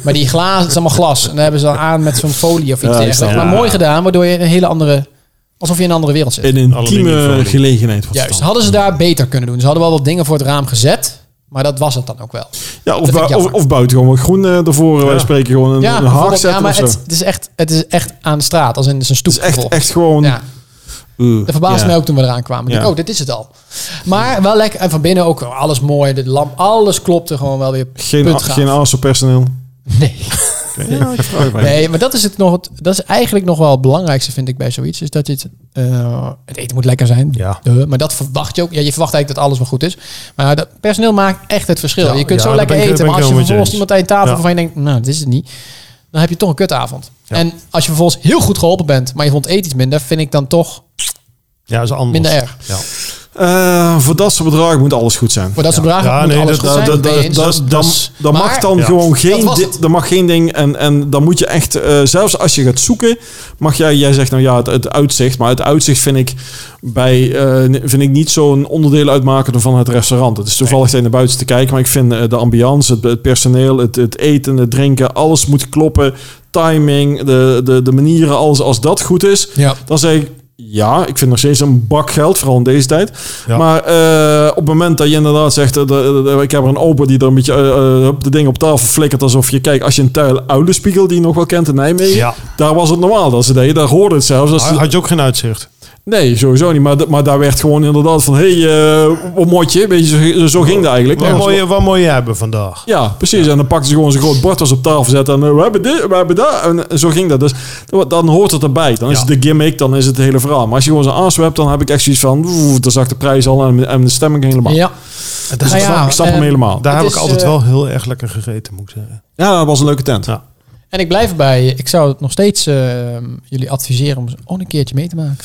Maar die glazen, het is allemaal glas. En daar hebben ze dan aan met zo'n folie of iets Ja, ik dergelijks. snap Maar het. mooi gedaan, waardoor je een hele andere... Alsof je in een andere wereld zit. In een Aluminium intieme folie. gelegenheid. wordt het Juist. dan. Hadden ze daar beter kunnen doen. Ze hadden wel wat dingen voor het raam gezet. Maar dat was het dan ook wel. Ja, of, vind ik bui- of, jammer. of buiten gewoon wat groen eh, ervoor eh, Ja. spreken. Gewoon een, ja, een haag bijvoorbeeld. zetten ja, maar of zo. het, het is echt, het is echt aan de straat. Als in het is een Het is echt, stoepgevolg. echt gewoon... Ja, eh. dat verbaasde Ja. mij ook toen we eraan kwamen. Ik Ja. dacht, oh, dit is het al. Maar wel lekker. En van binnen ook oh, alles mooi. De lamp, alles klopte gewoon wel weer. Geen, a- Puntgaaf. geen ASO personeel. Nee. Ja, ik vraag het. Nee, maar dat is, het nog, het- dat is eigenlijk nog wel het belangrijkste, vind ik, bij zoiets. Is dat je het, eh, het eten moet lekker zijn. Ja. Eh, maar dat verwacht je ook. Ja, je verwacht eigenlijk dat alles wel goed is. Maar dat personeel maakt echt het verschil. Ja, je kunt ja, zo daar lekker ben ik- eten, ben maar ik als je helemaal met je eens. vervolgens iemand aan je tafel Ja. waarvan je denkt, nou, dit is het niet. Dan heb je toch een kutavond. Ja. En als je vervolgens heel goed geholpen bent, maar je vond het eten iets minder, vind ik dan toch Ja, dat is anders. minder erg. Ja. Eh, voor dat soort bedragen moet alles goed zijn. Voordat ze Ja. bedragen Ja, moet nee, alles dat- goed dat- zijn. dat- ben je eens. dat- Dan, dan Maar- mag dan Ja. gewoon Dat geen, was di- het. dan mag geen ding. En, en dan moet je echt, eh, zelfs als je gaat zoeken, mag jij, jij zegt nou ja, het, het uitzicht. Maar het uitzicht vind ik, bij, eh, n- vind ik niet zo'n onderdeel uitmaken van het restaurant. Het is toevallig dat je naar buiten te kijken. Maar ik vind eh, de ambiance, het, het personeel, het, het eten, het drinken, alles moet kloppen. Timing, de, de, de manieren, alles. Als dat goed is, Ja. dan zeg ik ja, ik vind nog steeds een bak geld, vooral in deze tijd. Ja. Maar eh, op het moment dat je inderdaad zegt, eh, de- de- de- ik heb er een opa die er een beetje eh, eh, hup, de ding op tafel flikkert, alsof je kijkt, als je een tuil oude spiegel die je nog wel kent in Nijmegen, Ja. Ah, daar was het normaal dat ze deden, daar hoorde het zelfs. Dat ze- Had had je ook geen uitzicht? nee, sowieso niet, maar, d- maar daar werd gewoon inderdaad van, hé, hey, eh, wat motje, weet je, zo, zo ging dat eigenlijk. Wat Ja, mooi, eh, wat mooi je hebben vandaag. ja, precies. En dan pakten ze gewoon zo'n groot bord als op tafel zetten. En eh, we hebben dit, we hebben dat. En eh, zo ging dat. Dus dan- dan hoort het erbij. Dan is Ja. het de gimmick, dan is het het hele verhaal. Maar als je gewoon zo'n aanswap hebt, dan heb ik echt zoiets van... Oeh, dan zag de prijs al en, en de stemming helemaal. Ja. Dus Nou ik snap, ja, ik snap hem eh, helemaal. Daar Het heb is, ik altijd eh, wel heel erg lekker gegeten, moet ik zeggen. Ja, dat was een leuke tent. Ja. En ik blijf erbij. Ik zou het nog steeds eh, jullie adviseren om gewoon een keertje mee te maken.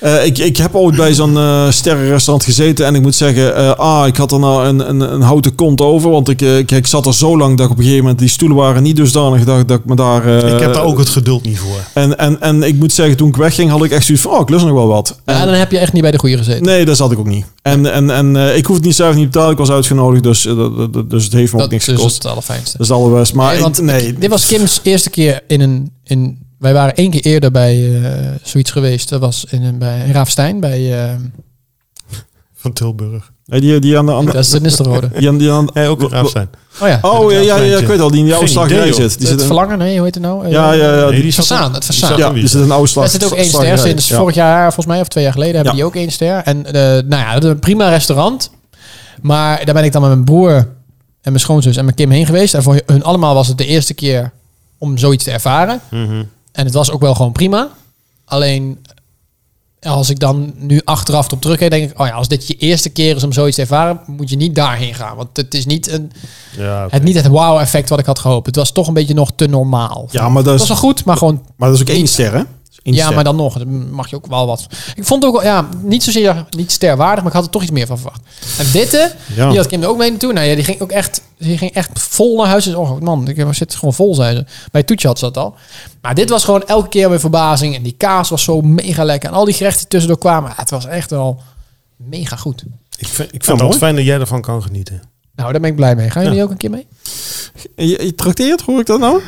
Eh, ik, ik heb ooit bij zo'n eh sterrenrestaurant gezeten. En ik moet zeggen, eh, ah, ik had er nou een, een, een houten kont over. Want ik, eh, ik, ik zat er zo lang dat ik op een gegeven moment... Die stoelen waren niet dusdanig dat, dat ik me daar... eh, ik heb daar ook het geduld niet voor. En, en, en ik moet zeggen, toen ik wegging had ik echt zoiets van... Oh, ik lust nog wel wat. En- Ja, dan heb je echt niet bij de goede gezeten. Nee, dat zat ik ook niet. En, en, en eh, ik hoef het niet zelf niet betaald. Ik was uitgenodigd, dus, eh, dat- dat- dus het heeft me ook niks is gekost. het allerfijnste. Dat is het allerbest. Maar Nee, ik- want nee, Dit was Kim's eerste keer in een... In, wij waren één keer eerder bij eh, zoiets geweest. Dat was in, een- bij in Raafstein, bij... eh, Van Tilburg. nee, die, die aan de... Aan de dat is de Nistelrode. die aan, die aan, Nee, ook raaf zijn. Oh ja, oh, ja, ja, ja, ik weet al. Die in die oude Geen idee, slagerij joh. zit. Die het zit in, verlangen, nee, hoe heet het nou? Eh, ja, ja, ja. Nee, Die, die zat Façaan, er- het die façaan. zat ja, er die weer. zit in een oude slag. Daar zit ook één ster slagerij. sinds Ja. vorig jaar, volgens mij, of twee jaar geleden, hebben Ja. die ook één ster. En eh, nou ja, dat is een prima restaurant. Maar daar ben ik dan met mijn broer en mijn schoonzus en mijn Kim heen geweest. En voor hun allemaal was het de eerste keer om zoiets te ervaren. Mhm. En het was ook wel gewoon prima. Alleen als ik dan nu achteraf op terugkijk, denk ik, oh ja, als dit je eerste keer is om zoiets te ervaren, moet je niet daarheen gaan. Want het is niet, een, Ja, oké. het, niet het wow-effect wat ik had gehoopt. Het was toch een beetje nog te normaal. Ja, maar dat het was is, wel goed, maar gewoon maar dat is ook één ster, hè? Eén ja, ster. maar dan nog. Dan mag je ook wel wat. Ik vond het ook wel, ja, niet zozeer niet sterwaardig, maar ik had er toch iets meer van verwacht. En witte, Ja. die had Kim er ook mee naartoe. Nou ja, die ging ook echt, die ging echt vol naar huis. Dus, oh man, ik zit gewoon vol, zei ze. Bij Toetje had ze dat al. Maar dit was gewoon elke keer weer verbazing. En die kaas was zo mega lekker. En al die gerechten die tussendoor kwamen. ja, het was echt wel mega goed. Ik vind, ik Ja, vind mooi. het fijn dat jij ervan kan genieten. Nou, daar ben ik blij mee. Gaan jullie ook een keer mee? Je, je trakteert, hoor ik dat nou?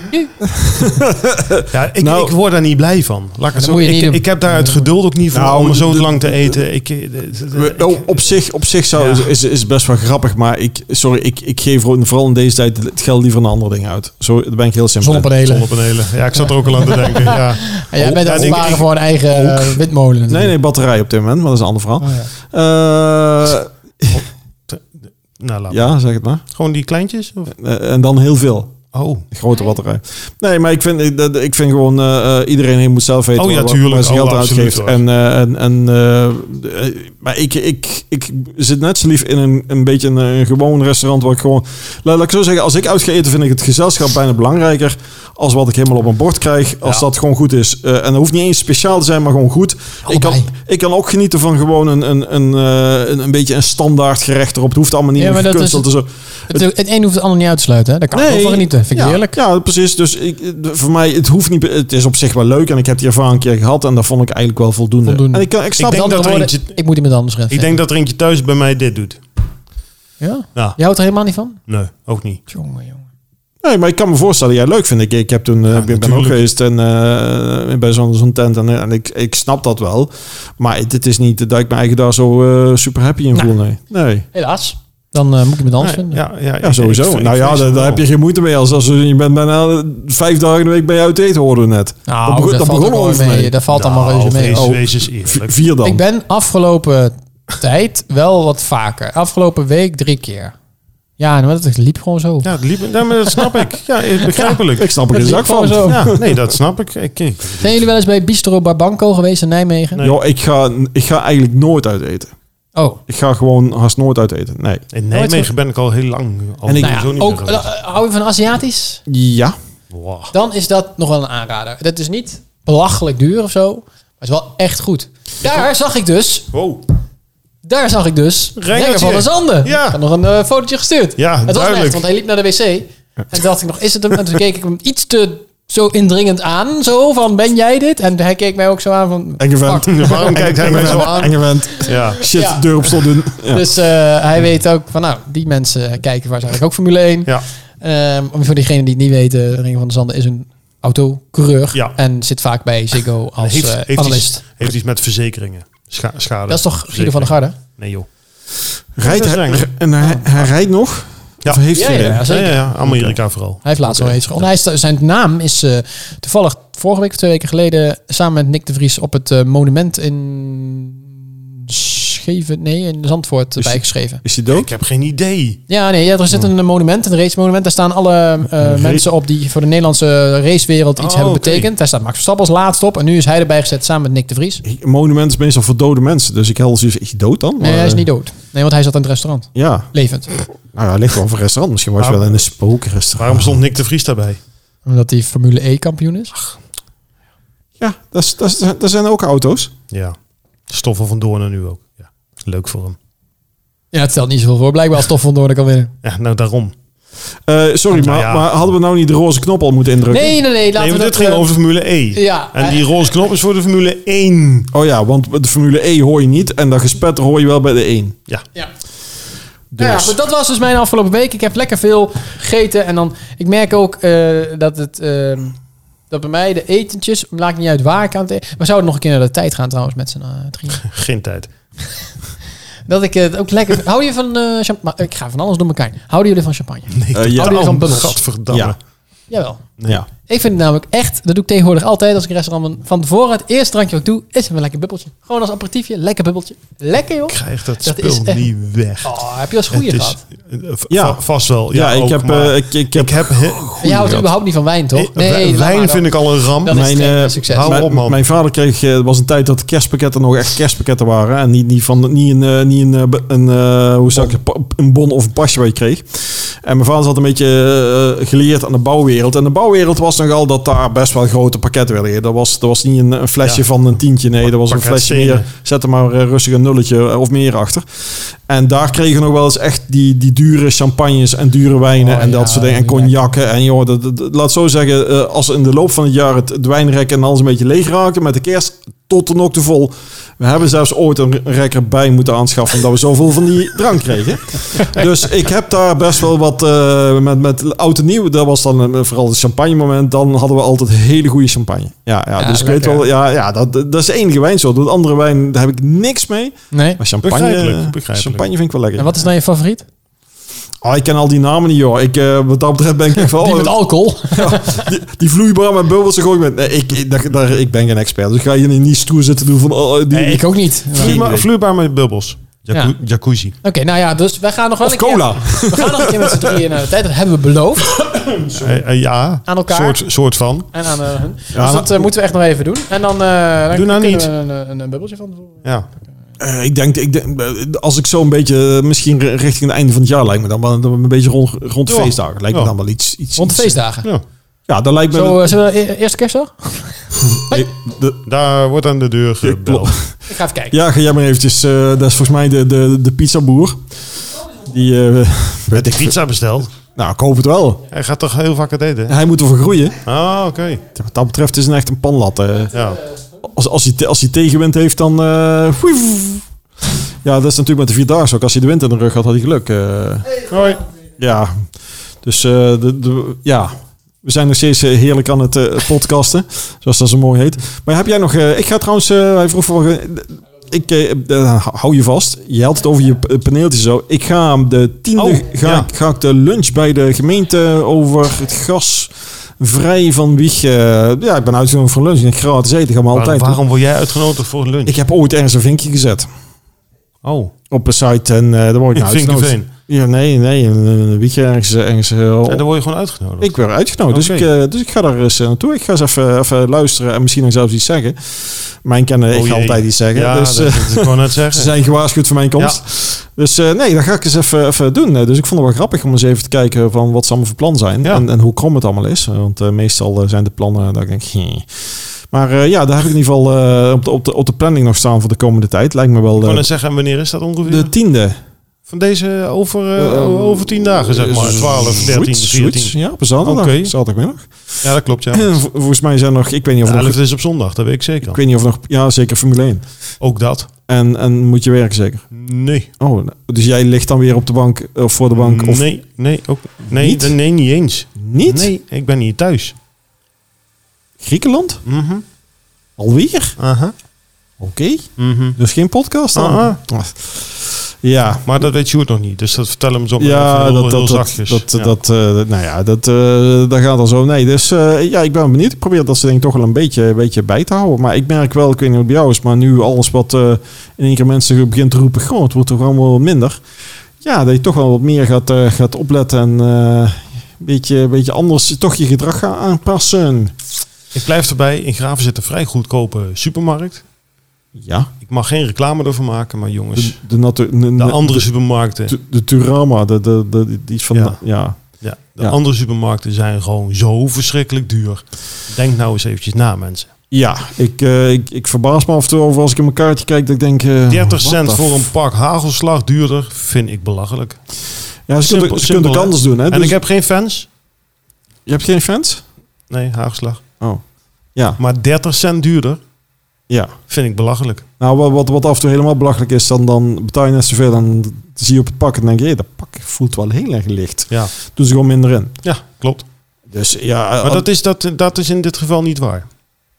Ja, ik, Nou- ik word daar niet blij van. Laat ik, het dat zo- moet je niet ik, doen. ik heb daar het geduld ook niet voor Nou, om zo de- lang te eten. Ik, eh, de- de- de- We- ik- oh, op zich, op zich zou, Ja. is, is best wel grappig, maar ik, sorry, ik, ik geef vooral in deze tijd het geld liever aan andere dingen uit. Zo daar ben ik heel simpel. in. Zonnepanelen. zonnepanelen. Ja, ik zat er ook al aan te denken. Ja. En jij bent Ja, aan het ik- sparen ik- voor een eigen eh, windmolen. Nee, natuurlijk. nee, batterij op dit moment, maar dat is een ander verhaal. Oh, ja. Eh, Nou, laat ja, zeg het maar. maar. Gewoon die kleintjes? Of? Eh, en dan heel veel. Oh. Grote batterij. Nee, maar ik vind, ik, dat- ik vind gewoon... eh, eh, iedereen heeft moet zelf weten Oh ja, waar- tuurlijk. waar zijn Oh, geld aan absoluut uitgeeft. hoor. En, eh, en, en, eh, eh, maar ik, ik, ik zit net zo lief in een, een beetje een, een gewoon restaurant... waar ik gewoon... Laat, laat ik zo zeggen, als ik uit ga eten... vind ik het gezelschap bijna belangrijker... als wat ik helemaal op mijn bord krijg. Als Ja. dat gewoon goed is. Eh, en dat hoeft niet eens speciaal te zijn, maar gewoon goed. Oh Ik kan, Allebei. ik kan ook genieten van gewoon een, een, een, eh, een, een beetje een standaard gerecht erop. Het hoeft allemaal niet Ja, meer maar dat is gekunsteld en zo. Het, het een hoeft het ander niet uit te sluiten. Hè? Daar kan ik wel van genieten. Vind ik ja, heerlijk. Ja, precies. Dus ik, eh, voor mij, het hoeft niet. Het is op zich wel leuk en ik heb die ervaring een keer gehad en dat vond ik eigenlijk wel voldoende. Voldoende. En ik, kan- ik snap Ik denk Dan dat kan er worden- eentje- Ik moet iemand anders redden. Ik denk dat er eentje thuis bij mij dit doet. Ja? Nou, Jij houdt er helemaal niet van? nee, ook niet. Jongen, jongen. Nee, maar ik kan me voorstellen, jij leuk vind ik. Ik heb toen, eh, ik ben ook natuurlijk. geweest en, eh, bij zo'n zo'n tent en, eh, en ik, ik snap dat Nou, wel. Maar het, het is niet dat ik me eigen daar zo eh, super happy in voel. Nee. nee. Helaas. Dan eh, moet ik me anders Nee, vinden. ja, ja, Ja, ik- sowieso. ik- ik nou ja, vrees daar, daar het wel. heb je geen moeite mee. Als, als je bent bijna vijf dagen in de week bij je uit eten, hoorden we net. Nou, dat begon- dat dat valt ook begonnen we wel even mee. mee. Dat valt allemaal Nou, reuze mee. wees- Oh, Wees eens V- eerlijk. Vier dan. Ik ben afgelopen tijd wel wat vaker. Afgelopen week drie keer. Ja, nou, maar dat liep gewoon zo. Ja, het liep, nee, maar dat snap ik. Ja, eh, begrijpelijk. Ik snap er geen Dat zak is gewoon van. zo. Ja, nee, dat snap ik. ik, ik- Zijn jullie wel eens bij Bistro Barbanco geweest in Nijmegen? Nee. Joh, ik, ga, ik ga eigenlijk nooit uit eten. Oh, Ik ga gewoon haast nooit uit eten. Nee. in Nijmegen ben ik al heel lang. Al En ik- nou sowieso ja, niet ook, meer geweest. eh, hou je van Aziatisch? Ja. Wow. Dan is dat nog wel een aanrader. Dat is niet belachelijk duur of zo, maar het is wel echt goed. Daar zag ik dus, Wow. daar zag ik dus Rengertje. Renger van der Zanden. Ja. Ik had nog een eh, fotootje gestuurd. Ja, het was hem echt, duidelijk. want hij liep naar de wc. En toen dacht ik nog, is het hem? En toen keek ik hem iets te zo indringend aan, zo van, ben jij dit? En hij keek mij ook zo aan van, Enge vent. fuck. Waarom kijkt hij mij zo aan? Enge vent. Ja. Shit, Ja. deur op slot doen. Ja. Dus eh, hij weet ook van, nou, die mensen kijken waarschijnlijk ook Formule 1. Ja. Ehm, om voor diegenen die het niet weten, Ring van der Zanden is een autocoureur. Ja. En zit vaak bij Ziggo als heeft, eh, heeft, analist. iets, heeft iets met verzekeringen. Scha- schade. Dat is toch Guido van der Garde? Nee joh. Rijdt Dat is hij, eng. en hij, hij rijdt nog? Ja. Of heeft Ja, hij ja, er? zeker. Ja, ja, ja, Amerika vooral. Hij heeft laatst al eens gewonnen. Hij is- Zijn naam is eh, toevallig vorige week of twee weken geleden samen met Nick de Vries op het eh, monument in Scheven, nee, in Zandvoort Is- bijgeschreven. Is hij dood? Ik heb geen idee. Ja, nee, ja, er zit een monument, een racemonument. Daar staan alle eh, mensen op die voor de Nederlandse racewereld iets Oh, hebben oké. betekend. Daar staat Max Verstappen als laatste op. En nu is hij erbij gezet samen met Nick de Vries. Een Monument is meestal voor dode mensen. Dus ik hel zoiets, is hij dood dan? Nee, Maar, hij is eh, niet dood. Nee, want hij zat aan het restaurant. Ja, Levend. nou ja, hij ligt wel voor een restaurant. Misschien was hij Waarom- wel in een spookrestaurant. Waarom stond Nick de Vries daarbij? Omdat hij Formule E kampioen is. Ja, dat, is- dat, is- dat zijn ook auto's. Ja. Stoffel van Doornen nu ook. Ja. Leuk voor hem. Ja, het stelt niet zoveel voor. Blijkbaar als Tof van Doorn kan winnen. Ja, nou daarom. Eh, sorry, Nou maar, ja. maar hadden we nou niet de roze knop al moeten indrukken? Nee, nee, nee. Laten Nee, we want dat, dit ging eh, over Formule E. Ja. En die roze knop is voor de Formule 1. Oh ja, want de Formule E hoor je niet en dat gespetter hoor je wel bij de 1. Ja. Ja. Dus. Nou ja, maar dat was dus mijn afgelopen week. Ik heb lekker veel gegeten. En dan, ik merk ook eh, dat het, eh, dat bij mij de etentjes, maakt niet uit waar ik aan het eten. We zouden nog een keer naar de tijd gaan trouwens met z'n eh, drieën. Geen tijd. Dat ik het ook lekker. Hou je van champagne? Ik ga van alles door elkaar. Houden jullie van champagne? Eh, Nee, ja. Oh, die is van totaal. Bubbles. Gadverdamme. Ja. Jawel. Ja. Ik vind het namelijk echt, dat doe ik tegenwoordig altijd als ik een restaurant ben. Van tevoren, het eerste drankje wat ik doe, is een lekker bubbeltje. Gewoon als aperitiefje, lekker bubbeltje. Lekker joh. Ik krijg dat, Dat spul is echt- niet weg. Oh, heb je als goeie Het is- gehad? eh, va- Ja. vast wel. Ja, Ja, ik, ook, heb, maar- eh, ik, ik heb... ik heb... he- Je houdt gehad. überhaupt niet van wijn, toch? eh, laat maar wijn dan. vind ik al een ramp. Dat is Mijn, geen eh, succes. hou- mijn, op, man. mijn vader kreeg, eh, er was een tijd dat de kerstpakketten nog echt kerstpakketten waren. En niet, niet, van, niet een, eh, niet een, eh, be- een, eh, hoe zou ik, het, pa- een bon of een pasje waar je kreeg. En mijn vader had een beetje eh, geleerd aan de bouwwereld. En de bouwwereld was nogal dat daar best wel grote pakketten werden. liggen. Dat was, dat was niet een, een flesje Ja. van een tientje. Nee, dat was een Pakket flesje stenen. meer. Zet er maar eh, rustig een nulletje eh, of meer achter. En daar kregen we nog wel eens echt die, die dure champagnes en dure wijnen Oh, en dat ja, soort dingen. En niet cognacs. En joh, dat, dat- laat het zo zeggen, eh, als in de loop van het jaar het, het wijnrek en alles een beetje leeg raakte met de kerst, tot en ook te vol. We hebben zelfs ooit een rek erbij moeten aanschaffen, omdat we zoveel van die drank kregen. Dus ik heb daar best wel wat eh, met, met oud en nieuw. Dat was dan eh, vooral het champagne moment. Dan hadden we altijd hele goede champagne. Ja, ja, Ja, dus ik lekker. weet wel, ja, ja dat, dat is de enige wijn zo. De andere wijn, daar heb ik niks mee. Nee. Maar champagne, Begrijpelijk, eh, begrijpelijk. champagne vind ik wel lekker. En wat is nou je favoriet? Ah, ik ken al die namen niet, joh. Ik, eh, wat dat betreft ben ik echt wel... Oh, Die eh, met alcohol. die, die vloeibare met bubbels, daar gooi ik met... Nee, ik, ik, daar, daar- ik ben geen expert, dus ik ga hier niet stoer zitten doen van... oh, die, ik ook niet. Oké, Geen Vloeibaar, idee. vloeibaar met bubbels. Jacu- Jacuzzi. nou ja, dus wij gaan nog wel Of een keer- cola. We gaan nog een keer met z'n drieën naar de tijd. Dat hebben we beloofd. Eh, eh, ja. Aan elkaar. Soort, soort van. En aan eh, hun. Ja, dus dat nou- eh, moeten we echt nog even doen. En dan, eh dan Doe nou kunnen niet. we een, een, een bubbeltje van tevoren. Ja. Eh, ik denk, ik denk eh, als ik zo een beetje, eh, misschien re- richting het einde van het jaar lijkt me dan wel dan een beetje rond, rond de Ja. feestdagen. Lijkt me Ja. dan wel iets... iets Rond de iets- feestdagen. ja. Ja, dan lijkt me... Zo, eh, zullen we e- eerste kerstdag? de- Daar wordt aan de deur gebeld. Ik ga even kijken. ja, ga jij maar eventjes. eh, dat is volgens mij de, de, de pizzaboer. Die... eh, Met de pizza besteld. nou, ik hoop het wel. Hij gaat toch heel vaak het eten? Hij moet ervoor groeien. Ah, oké. Wat dat betreft is het echt een panlat. eh. Ja. Als, als, hij, te- als hij tegenwind heeft, dan... eh, woef. ja, dat is natuurlijk met de Vierdaagse ook. Als hij de wind in de rug had, had hij geluk. eh. Hoi. ja, dus eh, de, de- ja... We zijn nog steeds eh, heerlijk aan het eh, podcasten, zoals dat zo mooi heet. Maar heb jij nog... eh, ik ga trouwens... eh, hij vroeg voor... ik eh, eh, hou je vast. Je had het over je p- paneeltje zo. Ik ga hem de tiende Oh, ga, ja. ik, ga ik de lunch bij de gemeente over het gas vrij van Wieg. eh, ja, ik ben uitgenodigd voor lunch. En ik gratis eten. Ga maar Waar- altijd. waarom word jij uitgenodigd voor een lunch? Ik heb ooit ergens een vinkje gezet oh, op een site en eh daar word ik in naar uitgenodigd. Vinkenveen. Ja, nee, nee, een, een wiegje ergens, ergens eh, En dan word je gewoon uitgenodigd. ik werd uitgenodigd, Oké. dus, ik, eh, dus ik ga daar eens eh, naartoe. Ik ga eens even, even luisteren en misschien dan zelfs iets zeggen. Mijn kennen, ik Oh ga jee. altijd iets zeggen. Ja, dus, dat, eh, dat ik wou net ze zeggen. zijn gewaarschuwd voor mijn komst. Dus eh, nee, dat ga ik eens even, even doen. Eh, Dus ik vond het wel grappig om eens even te kijken van wat ze allemaal voor plan zijn. Ja. En, en hoe krom het allemaal is. Eh, Want eh, meestal eh, zijn de plannen, dat ik denk "Hm." Maar eh, ja, daar heb ik in ieder geval eh, op, de, op, de, op de planning nog staan voor de komende tijd. Lijkt me wel Ik eh, wou net zeggen, en wanneer is dat ongeveer? de tiende. Van deze over, eh, Eh, over tien dagen, zeg maar. 12, 13, Zoiets, zoiets. 14. Ja, op een zaterdag. Oké. Zaterdagmiddag. Ja, dat klopt, ja. Vol- Volgens mij zijn er nog, ik weet niet of er nog 11 is op zondag, dat weet ik zeker. Ik weet niet of nog... Ja, zeker Formule 1. Ook dat? En, en moet je werken zeker? Nee. Oh, nou, dus jij ligt dan weer op de bank of voor de bank? Of Nee, nee, ook, nee, Niet? niet? nee, niet eens. Niet? Nee, ik ben hier thuis. Griekenland? Mhm. Alweer? Aha. Oké. Mhm. Dus geen podcast dan? Aha. Ja. Maar dat weet Sjoerd nog niet, dus dat vertel hem zo maar even Ja, heel, dat, heel dat, dat, zachtjes. dat, Ja. dat, eh, nou ja, dat, eh, dat gaat al zo. Nee, dus eh, ja, ik ben benieuwd. Ik probeer dat ze denk ik toch wel een beetje, een beetje bij te houden. Maar ik merk wel, ik weet niet hoe het bij jou is, maar nu alles wat eh, in één keer mensen begint te roepen, goh, het wordt toch allemaal wat minder. Ja, dat je toch wel wat meer gaat, eh, gaat opletten en eh, een beetje, een beetje anders toch je gedrag gaan aanpassen. Ik blijf erbij, in Graven zit een vrij goedkope supermarkt. Ja, Ik mag geen reclame ervoor maken, maar de, jongens, de, natu- de, Dus de andere supermarkten, de, de Turama, de, de, de, die is van, Ja. ja. ja, de ja. andere supermarkten zijn gewoon zo verschrikkelijk duur. Denk nou eens eventjes na, mensen. Ja, ik, eh, ik, ik verbaas me af en toe over als ik in mijn kaartje kijk dat ik denk... eh, 30 what cent the voor f- een pak hagelslag duurder vind ik belachelijk. Ja, ze kunnen simpel, ze kunnen simpel, het hè? anders doen, hè? En Dus- ik heb geen fans. Je hebt geen fans? Nee, hagelslag. Oh. Ja, Maar 30 cent duurder ja. vind ik belachelijk. Nou, wat, wat, wat af en toe helemaal belachelijk is, dan, dan betaal je net zoveel en dan zie je op het pak en denk je, hé, dat pak voelt wel heel erg licht. Ja, Doen ze gewoon minder in. ja klopt. Dus ja, Maar dat is, dat, dat is in dit geval niet waar.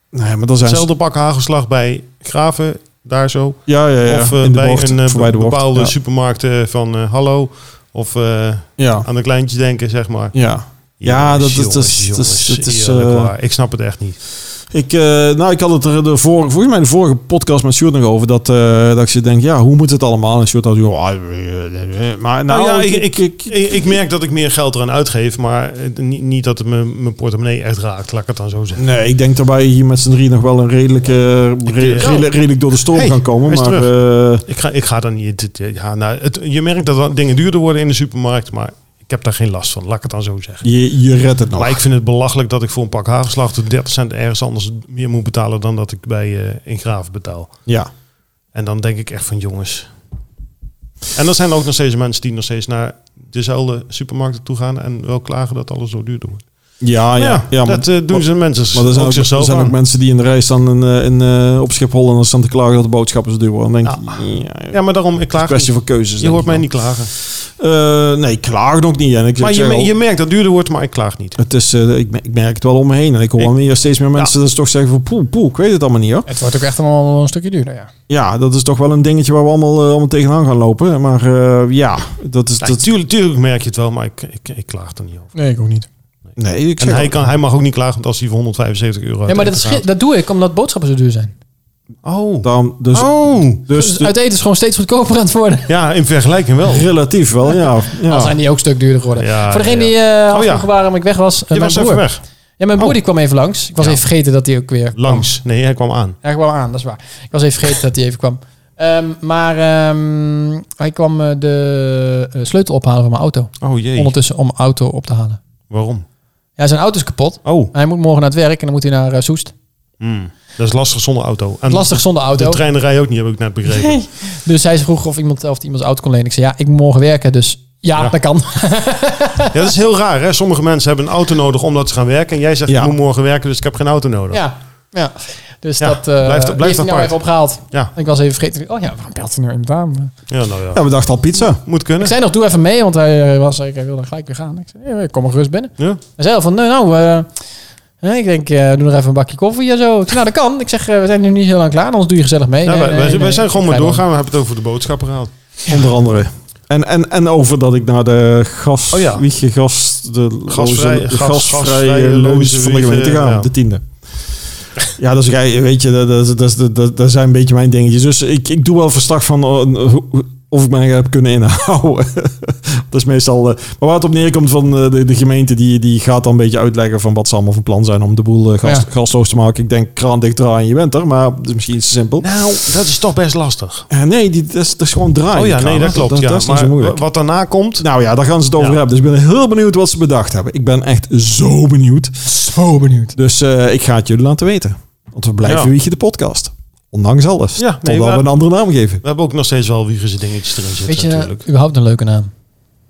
nee, maar dan zijn ze... Hetzelfde pak hagelslag bij Graven, daar zo. Ja, ja, ja. of eh, in de bij bocht, een eh, voorbij de bocht. bepaalde ja. supermarkt eh, van eh, Hallo. Of eh, Ja, aan de kleintjes denken, zeg maar. ja. Ja, dat is- dat is- Jongens, dat is- jongens, dat is, eerlijk eh, waar. Ik snap het echt niet. Ik, eh, nou, ik had het er de vorige, volgens mij in de vorige podcast met Sjoerd nog over dat, eh, dat ik ze denk, ja, hoe moet het allemaal? En Sjoerd had zo, ah, eh, eh, maar nou, Nou, ja, ik, ik, ik, Ik, ik merk dat ik meer geld eraan uitgeef, maar eh, niet, niet dat het mijn, mijn portemonnee echt raakt. Laat ik het dan zo zeggen. nee, ik denk dat wij hier met z'n drie nog wel een redelijke, re- eh, redelijk- redelijk door de storm Hey, gaan komen. hij is Maar eh, Ik ga, ik ga dan niet. dit- dit- Ja, nou, het, je merkt dat wat dingen duurder worden in de supermarkt, maar ik heb daar geen last van. Laat ik het dan zo zeggen. je, je redt het nog. Maar ik vind het belachelijk dat ik voor een pak hagelslag tot 30 cent ergens anders meer moet betalen dan dat ik bij eh Ingraven betaal. Ja. En dan denk ik echt van jongens. En er zijn ook nog steeds mensen die nog steeds naar dezelfde supermarkten toe gaan en wel klagen dat alles zo duur doen. Ja, Ah ja, ja, maar, dat eh, doen ze mensen maar er zijn, ook ook, er zichzelf zijn ook aan. mensen die in de rij staan in, eh, in, eh, op Schiphol en dan staan te klagen dat de boodschappen zo duur worden. Dan denk ik, Ja. ja, ja, Ja, maar daarom, ik het is een klaag kwestie niet. van keuzes. Je denk hoort ik mij dan. niet klagen. Eh, nee, ik klaag nog niet. En ik Maar zeg je, me- al- je merkt dat het duurder wordt, maar ik klaag niet. Het is, eh, ik, me- ik merk het wel om me heen. En ik hoor Ik- wel meer, steeds meer mensen dat ze toch zeggen van poe, poe, ik weet het allemaal niet hoor. Het wordt ook echt allemaal wel een stukje duurder, ja. Ja, dat is toch wel een dingetje waar we allemaal, eh, allemaal tegenaan gaan lopen. Maar eh, ja, dat is... Ja, Dat, tuurlijk, tuurlijk merk je het wel, maar ik, ik, ik klaag er niet over. Nee, ik ook niet. nee, ik En zeg hij, al- kan, hij mag ook niet klagen, want als hij voor 175 euro Ja, maar uit dat, is, eten ge- dat doe ik omdat boodschappen zo duur zijn. gaat- Oh. daarom- dus, oh. dus Dus uit eten is gewoon steeds goedkoper aan het worden. Ja, in vergelijking wel. de- relatief wel, ja. Dan ja. zijn die ook een stuk duurder geworden. Ja, Voor degene ja. die eh Oh, ja. afgelopen waren, maar ik weg was. eh, Je mijn was even broer. weg. Ja, mijn broer Oh. die kwam even langs. Ik was Ja. even vergeten dat hij ook weer kwam. Langs. Nee, hij kwam aan. Hij kwam aan, dat is waar. Ik was even vergeten dat hij even kwam. Ehm, maar ehm, hij kwam eh, de eh, sleutel ophalen van mijn auto. Oh jee. Ondertussen om mijn auto op te halen. Waarom? Ja, zijn auto is kapot. Oh. Hij moet morgen naar het werk en dan moet hij naar eh, Soest. Hmm. Dat is lastig zonder auto. En Lastig zonder auto. De trein rijdt ook niet, heb ik net begrepen. Dus hij vroeg of iemand, of hij iemands auto kon lenen. Ik zei, ja, ik moet morgen werken, dus ja, Ja. dat kan. Ja, dat is heel raar. Hè? Sommige mensen hebben een auto nodig omdat ze gaan werken. En jij zegt, Ja. ik moet morgen werken, dus ik heb geen auto nodig. Ja, ja. Dus Ja, dat eh blijft- die blijft heeft hij nou apart. even opgehaald. Ja. Ik was even vergeten. Oh ja, waarom belt hij nou iemand aan? Ja, nou ja. ja, we dachten al pizza. Moet Ik kunnen. zei nog, doe even mee, want hij eh, was, ik wilde gelijk weer gaan. Ik zei, nee, kom maar gerust binnen. Ja. Hij zei al van, nee, nou, eh, Hè, ik denk, eh, doe nog even een bakje koffie en zo. Ik zeg, nou, dat kan. Ik zeg, eh, we zijn nu niet heel lang klaar, anders doe je gezellig mee. Ja, Nee, wij, nee, wij- wij nee, zijn ik gewoon maar ga dan. doorgaan. We hebben het over de boodschappen gehad. Onder andere. En, en, en over dat ik naar de gas, Oh ja. wiegje gas, de Gasvrij- loze- de gas- gasvrije gasvrije loze loze van de gemeente wiegen, gaan, ja. de tiende. Ja, dus ik, weet je, dat, dat, dat, dat, dat, dat zijn een beetje mijn dingetjes. Dus ik, ik doe wel verslag van eh, hoe- of ik mij heb kunnen inhouden. dat is meestal... eh, maar waar het op neerkomt van eh, de, de gemeente, die, die gaat dan een beetje uitleggen van wat ze allemaal van plan zijn om de boel eh, gas, Ja. gasloos te maken. Ik denk, kraan dicht draaien, je bent er. Maar dat is misschien iets te simpel. Nou, dat is toch best lastig. Eh, nee, die, dat, is, dat is gewoon draaien. Oh ja, die nee, kraan. dat klopt. Dat, ja. dat is niet maar zo moeilijk. wat daarna komt, Nou ja, daar gaan ze het over Ja. hebben. Dus ik ben heel benieuwd wat ze bedacht hebben. Ik ben echt zo benieuwd. Zo benieuwd. Dus eh, ik ga het jullie laten weten. Want we blijven Ja. Wiegje de podcast. Ondanks alles. Ja, nee, Totdat we- we een andere naam geven. we hebben ook nog steeds wel wiegerse dingetjes erin zitten Weet je, natuurlijk. überhaupt een leuke naam.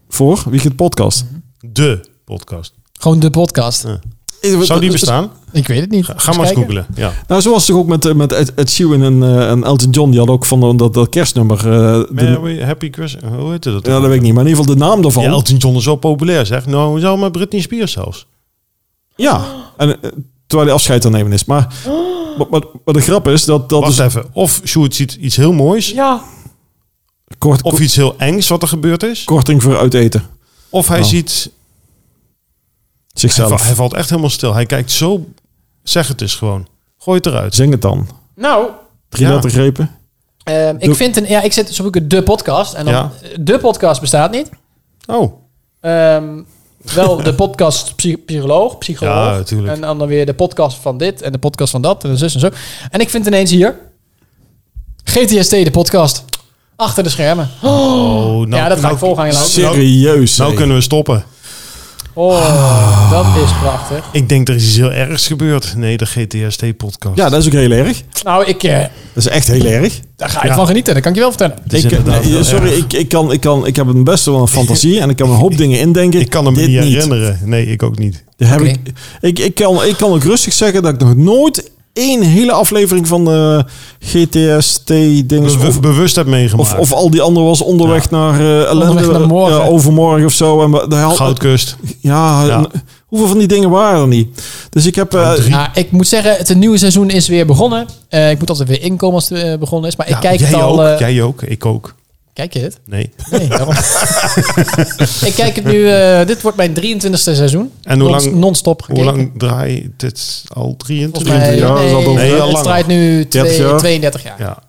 Voor Wiegje de podcast. De podcast. Gewoon de podcast. Mhm. Zou die bestaan? Ik weet het niet. Ga, ga maar dus- eens kijken. googelen. Ja. Nou, zoals toch ook met, eh, met Ed, Ed Sheeran en, eh, en Elton John. Die hadden ook van dat, dat kerstnummer. eh, de- Mary, Happy Christmas. Hoe heette dat? ja, dat weet ik niet. Maar in ieder geval de naam daarvan. Ja, Elton John is zo populair, zeg. Nou, zo met Britney Spears zelfs. Ja. En, eh, terwijl hij afscheid aan het nemen is. Maar, maar, maar, maar de grap is dat... dat dus Wacht is even. Of Sjoerd ziet iets heel moois. Ja. kort, Of iets heel engs wat er gebeurd is. korting voor uit eten. Of hij Oh. ziet... Hij, va- Zichzelf. hij valt echt helemaal stil. Hij kijkt zo... Zeg het eens gewoon. Gooi het eruit. Zing het dan. Nou, Drie Ja. lettergrepen. ehm, De- ik vind een... Ja, ik zit dus op een de podcast. En dan, Ja. de podcast bestaat niet. Oh. Ehm, wel de podcast psy- psycholoog, psycholoog. Ja, natuurlijk. En dan weer de podcast van dit en de podcast van dat en de zus en zo. En ik vind ineens hier GTST, de podcast. Achter de schermen. Oh, nou, ja, dat ga ik nou, volgaan. Nou, Serieus. nou hé. kunnen we stoppen. oh, dat is prachtig. Ik denk er is iets heel ergs gebeurd. Nee, de GTST-podcast. Ja, dat is ook heel erg. Nou, ik, eh, Dat is echt heel erg. daar ga ik Ja. van genieten. Dat kan ik je wel vertellen. is Ik, inderdaad nee, heel sorry, ik, ik, kan, ik, kan, ik heb het beste wel een fantasie en ik kan een hoop dingen indenken. Ik kan hem me Dit niet herinneren. Nee, ik ook niet. Dat heb Oké. ik, ik, ik, kan, ik kan ook rustig zeggen dat ik nog nooit één hele aflevering van eh, de GTST-dingen... Be- Dus Of, bewust heb meegemaakt. of, of al die andere was onderweg naar eh ellende, Onderweg naar morgen. eh, overmorgen of zo. En, we- de hel- Goudkust. Ja, Ja. en hoeveel van die dingen waren er niet? Dus ik heb... eh, drie. Nou, ik moet zeggen, het nieuwe seizoen is weer begonnen. Eh, ik moet altijd weer inkomen als het eh, begonnen is. Maar ik Ja, kijk jij het al... Ook, eh, Jij ook, ik ook. Kijk je dit? Nee. Nee, daarom. ik kijk het nu... eh, dit wordt mijn 23e seizoen. En hoe Non- lang- Non-stop Hoe gekeken. lang draai je dit al? 23? Volgens mij, 23 jaar is dat nee, ongeveer. Nee, al het langer. draait nu 30 twee- jaar. 32 jaar. Ja.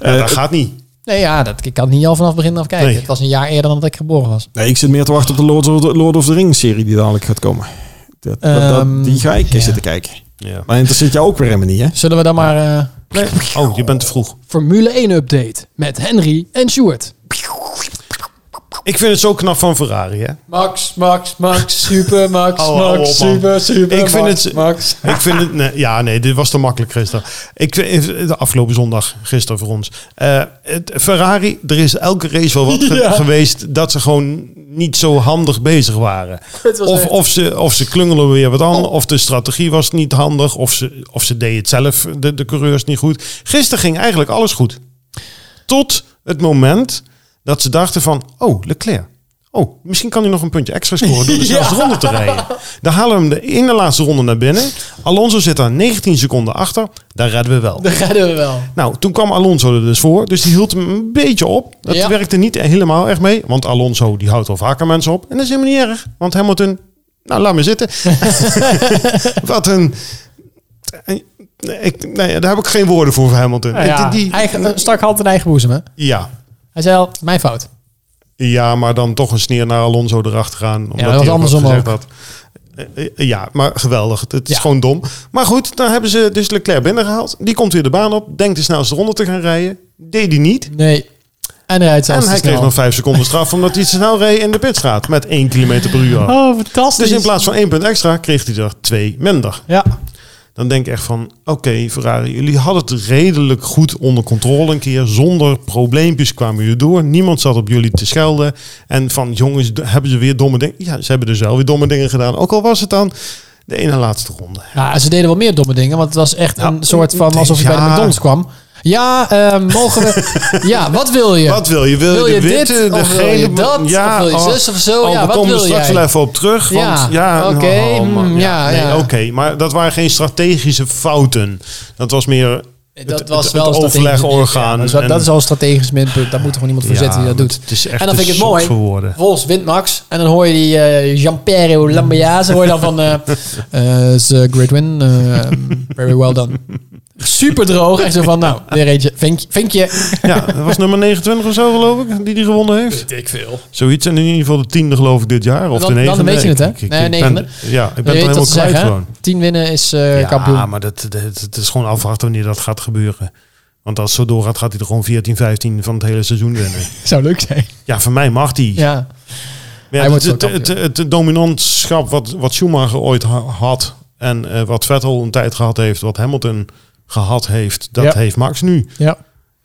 Ja, dat eh, gaat niet. Nee, ja, dat, ik kan het niet al vanaf het begin af kijken. Nee. Het was een jaar eerder dan dat ik geboren was. Nee, ik zit meer te wachten op de Lord of, Lord of the Rings serie die dadelijk gaat komen. Dat, dat- dat- Ehm, die ga ik eens ja. zitten kijken. Ja. Maar interesseert jou ook weer helemaal niet, hè? Zullen we dan maar eh, Oh, je bent te vroeg. Formule 1 update met Henry en Stuart. Ik vind het zo knap van Ferrari, hè? Max, Max, Max, super Max, Hou- hou Max, op, man. super, super Ik vind Max, het- Max. Ik vind het... Nee, ja, nee, dit was te makkelijk gisteren. Ik, vind- de afgelopen zondag, gisteren voor ons. Eh, het, Ferrari, er is elke race wel wat ge- Ja. geweest dat ze gewoon niet zo handig bezig waren. Het was Of, echt- Oh. of, ze, of ze klungelen weer wat aan, of de strategie was niet handig, of ze, of ze deden het zelf, de, de coureurs niet goed. Gisteren ging eigenlijk alles goed. Tot het moment dat ze dachten van, oh, Leclerc. Oh, misschien kan hij nog een puntje extra scoren door de snelste ronde te rijden. Dan halen we hem de ene laatste ronde naar binnen. Alonso zit daar 19 seconden achter. Daar redden we wel. Dat redden we wel. Nou, toen kwam Alonso er dus voor. Dus die hield hem een beetje op. Dat Ja. werkte niet helemaal echt mee. Want Alonso die houdt al vaker mensen op. En dat is helemaal niet erg. Want Hamilton... Nou, laat me zitten. Wat een... Ik, nee, daar heb ik geen woorden voor voor Hamilton. Nou ja, Ik- die- eigen, eh, stak hand in eigen boezem, hè? ja. Hij zei al, mijn fout. ja, maar dan toch een sneer naar Alonso erachter gaan. Omdat dat hij was wat andersom gezegd ook. had. Eh, eh, Ja, maar geweldig. Het is Ja. gewoon dom. Maar goed, dan hebben ze dus Leclerc binnengehaald. Die komt weer de baan op. Denkt de snelste ronde te gaan rijden. Deed hij niet. Nee. En hij rijdt zelfs En te hij snel. kreeg nog 5 seconden straf omdat hij te snel reed in de pitstraat met 1 km per uur. Oh, fantastisch. Dus in plaats van 1 punt extra kreeg hij er 2 minder. Ja. Dan denk ik echt van, oké Ferrari, jullie hadden het redelijk goed onder controle een keer. Zonder probleempjes kwamen jullie door. Niemand zat op jullie te schelden. En van, jongens, d- hebben ze weer domme dingen? Ja, ze hebben dus wel weer domme dingen gedaan. Ook al was het dan de ene laatste ronde. ja, ze deden wel meer domme dingen, want het was echt Ja. een soort van alsof je bij de Ja. McDonald's kwam. Ja, eh, mogen we... ja, wat wil je? Wat wil je? Wil, Wil je je de witte, dit, de of wil je gele? dat, ja, of wil je oh, zus of zo? oh, Ja, we wat komen wil straks jij? wel even op terug. Want, ja, Ja, nou, oké, man, mm, ja, nee, ja. Oké, maar dat waren geen strategische fouten. Dat was meer het, Dat het- was het wel een strategisch- overlegorgaan. Ja, Dus dat, is wel- en- dat is al een strategisch minpunt. Daar moet er gewoon iemand voor Ja, zetten die dat maar doet. het is echt en dan vind ik een het mooi. zot voor woorden. Wolfs wint Max. En dan hoor je die eh Jean-Pierre Lambiase. hoor je dan van... eh eh, is a great win. eh, very well done. Super droog. Echt zo van, nou, weer eentje. Vinkje. vinkje. Ja, dat was nummer 29 of zo, geloof ik, die die gewonnen heeft. ik veel. Zoiets. En in ieder geval de tiende, geloof ik, dit jaar. Of Dan- de dan negende. weet je het, hè? Ik- ik- ik Nee, ben- negende. Ja, ik ben Je er weet helemaal wat ze kwijt zeggen, hè? gewoon. Tien winnen is eh, ja, kampioen. maar dat, dat, het is gewoon afwachten wanneer dat gaat gebeuren. Want als het zo doorgaat, gaat hij er gewoon 14, 15 van het hele seizoen winnen. Zou leuk zijn. Ja, voor mij mag die. Ja. Maar ja, het, Hij wordt het, wel het, het dominantschap wat, wat Schumacher ooit ha- had... en eh, wat Vettel een tijd gehad heeft, wat Hamilton gehad heeft... dat Ja. heeft Max nu. ja.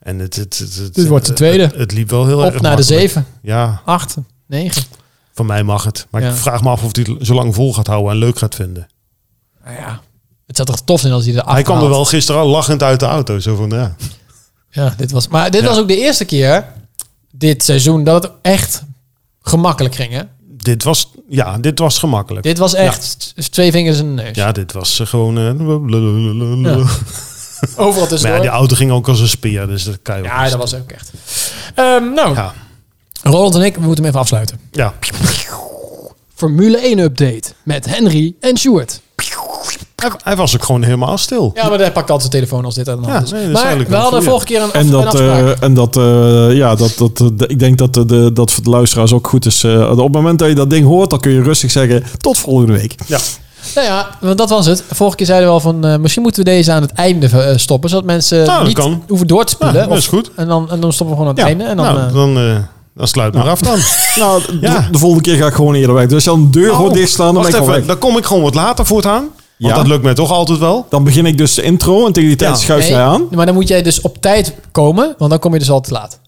En het, het, het, het- Dit wordt de het- tweede. Het, het liep wel heel erg Op naar de makkelijk. zeven. Ja, Acht. Negen. Van mij mag het. Maar Ja. ik vraag me af of hij het zo lang vol gaat houden en leuk gaat vinden. Nou ja. Het zou toch tof zijn als hij er acht Hij kwam er haalt. wel gisteren al lachend uit de auto. Zo van, ja. Ja, dit was. Maar dit Ja. was ook de eerste keer dit seizoen dat het echt gemakkelijk ging. Hè? Dit was, ja, dit was gemakkelijk. Dit was echt s- twee vingers in de neus. Ja, dit was eh, gewoon... eh, blablabla. Ja. Overal Maar tussendoor. ja, die Ja, auto ging ook als een speer. Dus dat kan je ook niet. dat was ook echt. Ehm, nou, Ja. Roland en ik, we moeten hem even afsluiten. Ja. Formule 1 update met Henry en Stuart. Hij, hij was ook gewoon helemaal stil. Ja, maar hij pakt altijd zijn telefoon als dit aan de hand Ja, is. nee, dat is maar eigenlijk we wel hadden goed, ja. vorige keer een, af, En een dat, afspraak. eh, en dat, eh, ja, dat, dat, eh, de- ik denk dat, de, de- dat voor de luisteraars ook goed is. Eh, op het moment dat je dat ding hoort, dan kun je rustig zeggen, tot volgende week. Ja. Nou ja, want dat was het. Vorige keer zeiden we al van... eh, misschien moeten we deze aan het einde eh, stoppen. Zodat mensen Nou, dat niet kan. hoeven door te Ja, spoelen. dat Of- is goed. en, dan, en dan stoppen we gewoon aan het Ja. einde. En dan, nou, eh, Oh. dan, eh, dan sluit maar af dan. Nou, d- Ja. de volgende keer ga ik gewoon eerder weg. Dus als je dan de deur Oh, gewoon dicht staan, dan ben wacht ik gewoon even, weg. dan kom ik gewoon wat later voortaan. Want Ja. dat lukt mij toch altijd wel. Dan begin ik dus de intro en tegen die tijd Ja. schuif jij Nee, aan. Maar dan moet jij dus op tijd komen, want dan kom je dus al te laat.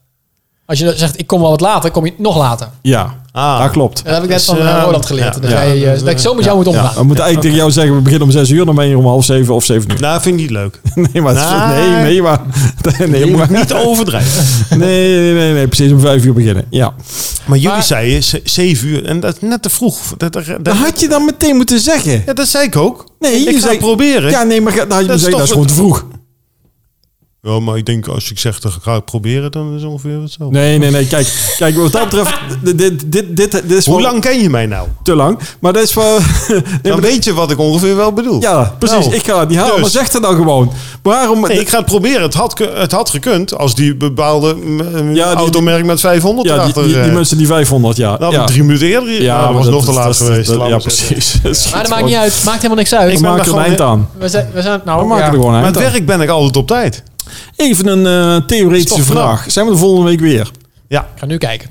Als je zegt, ik kom wel wat later, kom je nog later. En Ja, Ah. dat klopt. dat heb ik net Dus, van eh, eh, Roland geleerd. ja, dat, ja. jij, eh, dat ik zo met jou moet Ja, omgaan. we moeten eigenlijk tegen jou zeggen, we beginnen om zes uur, dan ben je om half zeven of zeven uur. Nou, vind ik niet leuk. Nee, maar, het is- Nee. nee, nee, maar, nee, Je moet maar- niet overdrijven. nee, nee, nee, nee, precies om vijf uur beginnen. Ja. Maar jullie Maar- zeiden ze- zeven uur en dat is net te vroeg. Dat, dat, dat- Dat had je dan meteen moeten zeggen. ja, dat zei ik ook. Nee, ik je ga zei- proberen. Ja, Ja. nee, maar ga- nou, je Dat is zei, dat is toch gewoon te vroeg. maar ik denk als ik zeg dat ik ga het proberen, dan is het ongeveer hetzelfde. Nee, nee, nee. Kijk, kijk wat dat betreft, dit, dit, dit, dit, dit is Hoe wel lang ken je mij nou? te lang. Maar dat is wel... nee, Dan maar- weet je wat ik ongeveer wel bedoel. ja, precies. Nou, ik ga het niet halen, dus. maar zeg het dan gewoon. Waarom... Nee, ik ga het proberen. Het had, ge- het had gekund als die bepaalde mm, mm, Ja, die- automerk met 500 ja, die, erachter. die, die eh, mensen die 500, ja. dat had ja. ik drie minuten eerder. Ja, dat maar was nog te laat dat- geweest. dat- Laat ja, maar zeggen. precies. Maar dat maakt niet uit. Maakt helemaal niks uit. Ik We ben maken daar er een gewoon- eind aan. we zijn, we zijn, nou, We maken ja. er gewoon een Maar eind het aan. werk ben ik altijd op tijd. Even een eh, theoretische Is toch knap? vraag. Zijn we de volgende week weer? Ja, Ik ga nu kijken.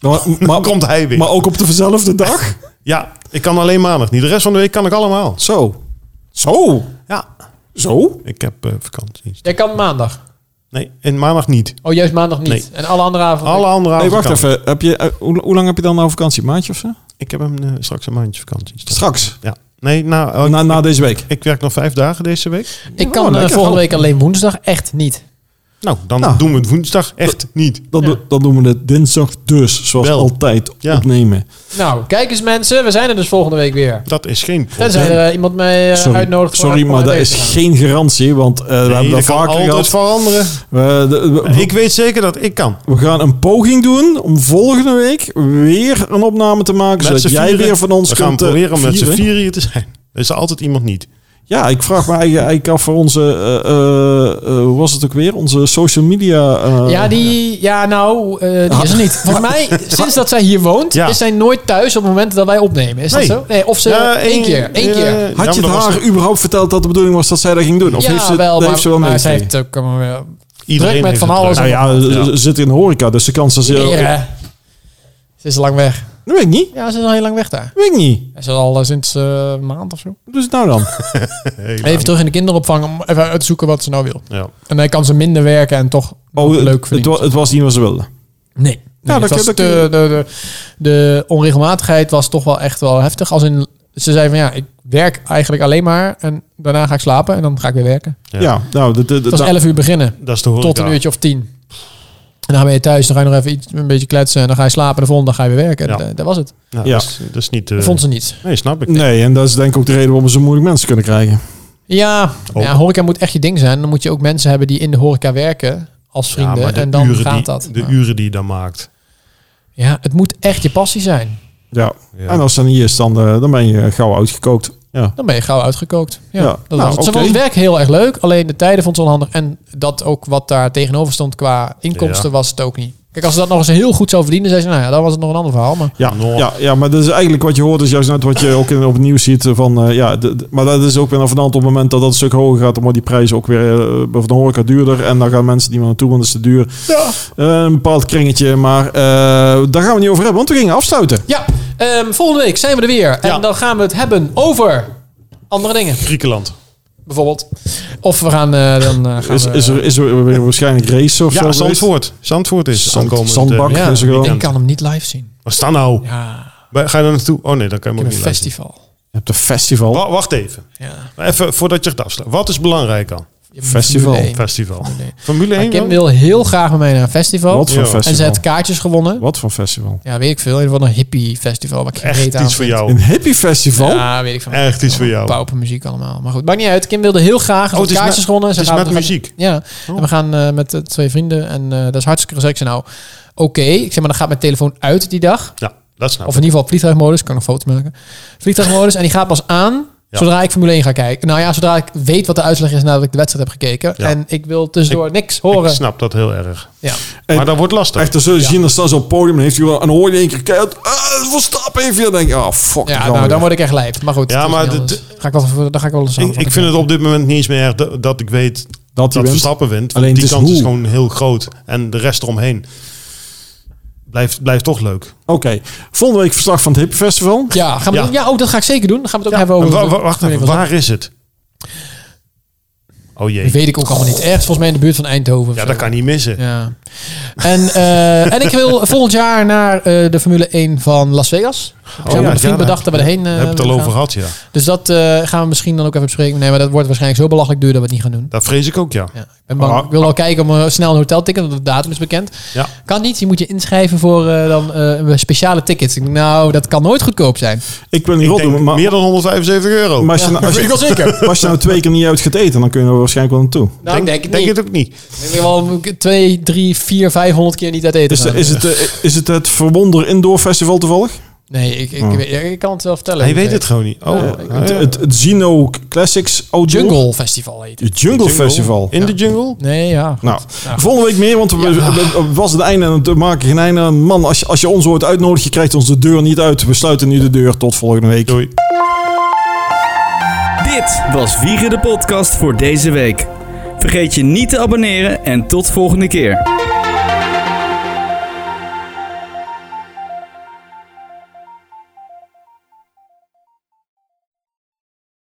Maar, maar, dan komt hij weer. maar ook op dezelfde dag? Ja, ik kan alleen maandag niet. De rest van de week kan ik allemaal. Zo. Zo. Ja, Zo? ik heb eh, vakantie. Jij kan maandag. Nee, en maandag niet. Oh, juist maandag niet. Nee. En alle andere avonden. Alle andere Oh, Nee, avonden wacht kan. even. Heb je, eh, hoe, hoe lang heb je dan nou vakantie? Een maandje of zo? Ik heb hem eh, straks een maandje vakantie. Straks. Ja. Nee, nou, eh, Oh, Na, na deze week. ik werk nog vijf dagen deze week. ik kan Oh, eh, lekker. volgende week alleen woensdag echt niet. Nou, dan Nou. doen we het woensdag echt niet. Dan, Ja. do- dan doen we het dinsdag dus, zoals Wel. altijd, Ja. opnemen. Nou, kijk eens mensen. We zijn er dus volgende week weer. Dat is geen probleem. Tenzij er eh, iemand mij eh, Sorry, uitnodigt. voor- sorry om maar dat mee is te gaan. geen garantie, want eh, we Nee, hebben dat dat kan vaker altijd gehad. veranderen. We, de- we- Ik weet zeker dat ik kan. we gaan een poging doen om volgende week weer een opname te maken, Met z'n zodat jij vieren. weer van ons We kunt gaan eh, proberen om met z'n vieren. vier hier te zijn. Er is altijd iemand niet. Ja, ik vraag me eigenlijk, eigenlijk af voor onze, eh, eh, eh, hoe was het ook weer? Onze social media... eh, Ah. Ja, die, ja nou, eh, die is er niet. Volgens mij, sinds dat zij hier woont, Ja. is zij nooit thuis op het moment dat wij opnemen. Is Nee. dat zo? Nee, of ze Ja, één één- keer. Één ja, keer. ja, maar Had je het dat was haar toch- überhaupt verteld dat de bedoeling was dat zij dat ging doen? Of ja, heeft ze, wel, dat maar, heeft ze wel maar zij meegekregen? heeft ook allemaal weer... Iedereen Druk met heeft van het alles druk. Nou ja, ze- ze zit in de horeca, dus de kans dat ze... Eer, hè. Ze is al lang weg. Dat weet ik niet. Ja, ze is al heel lang weg daar. Dat weet ik niet. Ze is al eh, sinds eh, een maand of zo. Dus nou dan. eh, Even terug in de kinderopvang om even uit te zoeken wat ze nou wil. Ja. En dan kan ze minder werken en toch nog leuk Oh, het, verdienen. wa- het was niet wat ze wilden. Nee. nee dat het kun- was dat de, de, de, de onregelmatigheid was toch wel echt wel heftig. Als in Ze zei van ja, ik werk eigenlijk alleen maar en daarna ga ik slapen en dan ga ik weer werken. Ja. Ja, nou, dat- dat- Het was dat- 11 uur beginnen Dat is de horeca. tot een uurtje of tien. En dan ben je thuis, dan ga je nog even iets, een beetje kletsen en dan ga je slapen en de volgende dag ga je weer werken. En, Ja. eh, dat was het. Ja, Ja. Dat, is, dat is niet... eh, Dat vond ze niet. Nee, snap ik. nee, en dat is denk ik ook de reden waarom we zo moeilijk mensen kunnen krijgen. Ja, Ook. ja, horeca moet echt je ding zijn. Dan moet je ook mensen hebben die in de horeca werken als Ja, vrienden. maar de en dan uren gaat die, dat. De Ja. uren die je dan maakt. Ja, het moet echt je passie zijn. Ja. Ja. En als dat niet is, dan, eh, dan ben je gauw uitgekookt. Ja. Dan ben je gauw uitgekookt. Ja, Ja, dat nou, was het. Ze oké. vond het werk heel erg leuk, alleen de tijden vond ze onhandig. En dat ook wat daar tegenover stond qua inkomsten Ja. was het ook niet. Kijk, als ze dat nog eens heel goed zou verdienen, zei ze, nou ja, dan was het nog een ander verhaal. Maar Ja, Nou. ja, ja, maar dat is eigenlijk wat je hoort, is juist net wat je ook in, op het nieuws ziet. eh, Van, eh, ja, de- de- maar dat is ook weer een op het moment dat dat een stuk hoger gaat, dan wordt die prijs ook weer eh, van de horeca duurder. En dan gaan mensen die maar naartoe, want dat is te duur. ja, Eh, een bepaald kringetje, maar eh, daar gaan we niet over hebben, want we gingen afsluiten. ja ehm, volgende week zijn we er weer. En Ja. dan gaan we het hebben over andere dingen, Griekenland. bijvoorbeeld. Of we gaan eh, dan eh, gaan Is, we- is, er, is er weer waarschijnlijk race of zo? Ja, geweest? Zandvoort. Zandvoort is Zand- aankomend, eh, zandbak ja, is er ik gewoon. kan hem niet live zien. Wat staan nou? Ja, Bij- Ga je daar naartoe? Oh nee, dan kan je ik hem heb ook een niet lezen. festival. Je hebt een festival. Wa- Wacht even. Ja. Even voordat je het afsluit. Wat is belangrijk dan? Je hebt een Festival. Formule één. Festival. één. Formule Maar 1 Kim dan? wil heel graag met mij naar een festival. Wat voor Ja. festival? En ze heeft kaartjes gewonnen. Wat voor festival? Ja, weet ik veel. In ieder geval een hippie festival. Waar ik geen reet Echt aan iets voor vind. Een jou. hippie festival? Oh. Ja, weet ik van. Echt iets voor jou. Paupermuziek allemaal. Maar goed, maakt niet uit. Kim wilde heel graag. Oh, Oh, het is kaartjes met- gewonnen. Ze Het is gaat- met we gaan- muziek. Oh. Ja, en we gaan eh, met eh, twee vrienden. En eh, dat is hartstikke gezellig. Ik zei nou, oké. Ik zeg maar, dan gaat mijn telefoon uit die dag. Ja, dat snap Of ik. in ieder geval vliegtuigmodus. Ik kan nog foto's maken. Vliegtuigmodus. en die gaat pas aan Ja. zodra ik Formule 1 ga kijken. Nou ja, zodra ik weet wat de uitslag is nadat ik de wedstrijd heb gekeken. Ja. En ik wil tussendoor niks Ik horen. snap dat heel erg. Ja. En- Maar dat wordt lastig. Echt, dan zul je zien, dan staan ze op het podium en heeft hij wel een hoor je in één keer keihard, eh, Verstappen even. Dan denk je, oh fuck. Ja, gaan we nou, dan weer. word ik echt lijp. Maar goed, Ja, het is maar niet de- anders. ga ik wel, dan ga ik wel eens aan. Ik, ik vind het op dit moment niet eens meer erg dat, dat ik weet dat dat hij wint. Verstappen wint. Alleen Alleen die het is kans is hoe. gewoon heel groot. En de rest eromheen blijft, blijft toch leuk. Oké, volgende week verslag van het Hippie Festival. Ja, gaan we Ja. Doen? ja oh, dat ga ik zeker doen. Dan gaan we het ook Ja, hebben over... wa- wa- wacht Formule even, 1 vandaag. waar is het? Oh Dat jee. weet ik ook allemaal niet. Ergens volgens mij in de buurt van Eindhoven. of Ja, zo. dat kan niet missen. Ja. En, eh, en ik wil volgend jaar naar eh, de Formule 1 van Las Vegas. Ik heb Oh, ja, met ja, een vriend daar- bedacht dat we erheen Daar eh, heb ik het al willen over gaan. gehad, ja. Dus dat eh, gaan we misschien dan ook even bespreken. Nee, maar dat wordt waarschijnlijk zo belachelijk duur dat we het niet gaan doen. Dat vrees ik ook, ja. Ja, ik, ben bang. Ah. ik wil al kijken om eh, snel een hotelticket, want de datum is bekend. Ja. Kan niet, je moet je inschrijven voor eh, dan, eh, speciale tickets. Ik denk, Nou, dat kan nooit goedkoop zijn. Ik wil niet Ik rot doen, denk maar, meer dan 175 euro. maar als, je, nou- als, je, wel zeker. maar als je nou twee keer niet uit gaat eten, dan kun je er waarschijnlijk wel naartoe. Nou, ik denk het niet. ook niet. Ik denk wel twee, drie, vier, vijfhonderd keer niet uit eten. Is, gaan. de- is, het, eh, is het het Verwonder Indoor Festival toevallig? nee, ik, ik, Oh. ik, ik kan het wel vertellen. Hij weet het gewoon niet. Oh, Eh, ja. het, het, het Zino Classics Outdoor? Jungle Festival heet het. Het Jungle, Festival. In de jungle? Nee, ja. Nou, Nou, volgende week meer, want we, we- we- was het einde en we maken geen einde. Man, als je, als je ons hoort uitnodigen, je krijgt ons de deur niet uit. We sluiten nu de deur. Tot volgende week. Doei. Ah. Dit was Wiegen de Podcast voor deze week. Vergeet je niet te abonneren en tot volgende keer.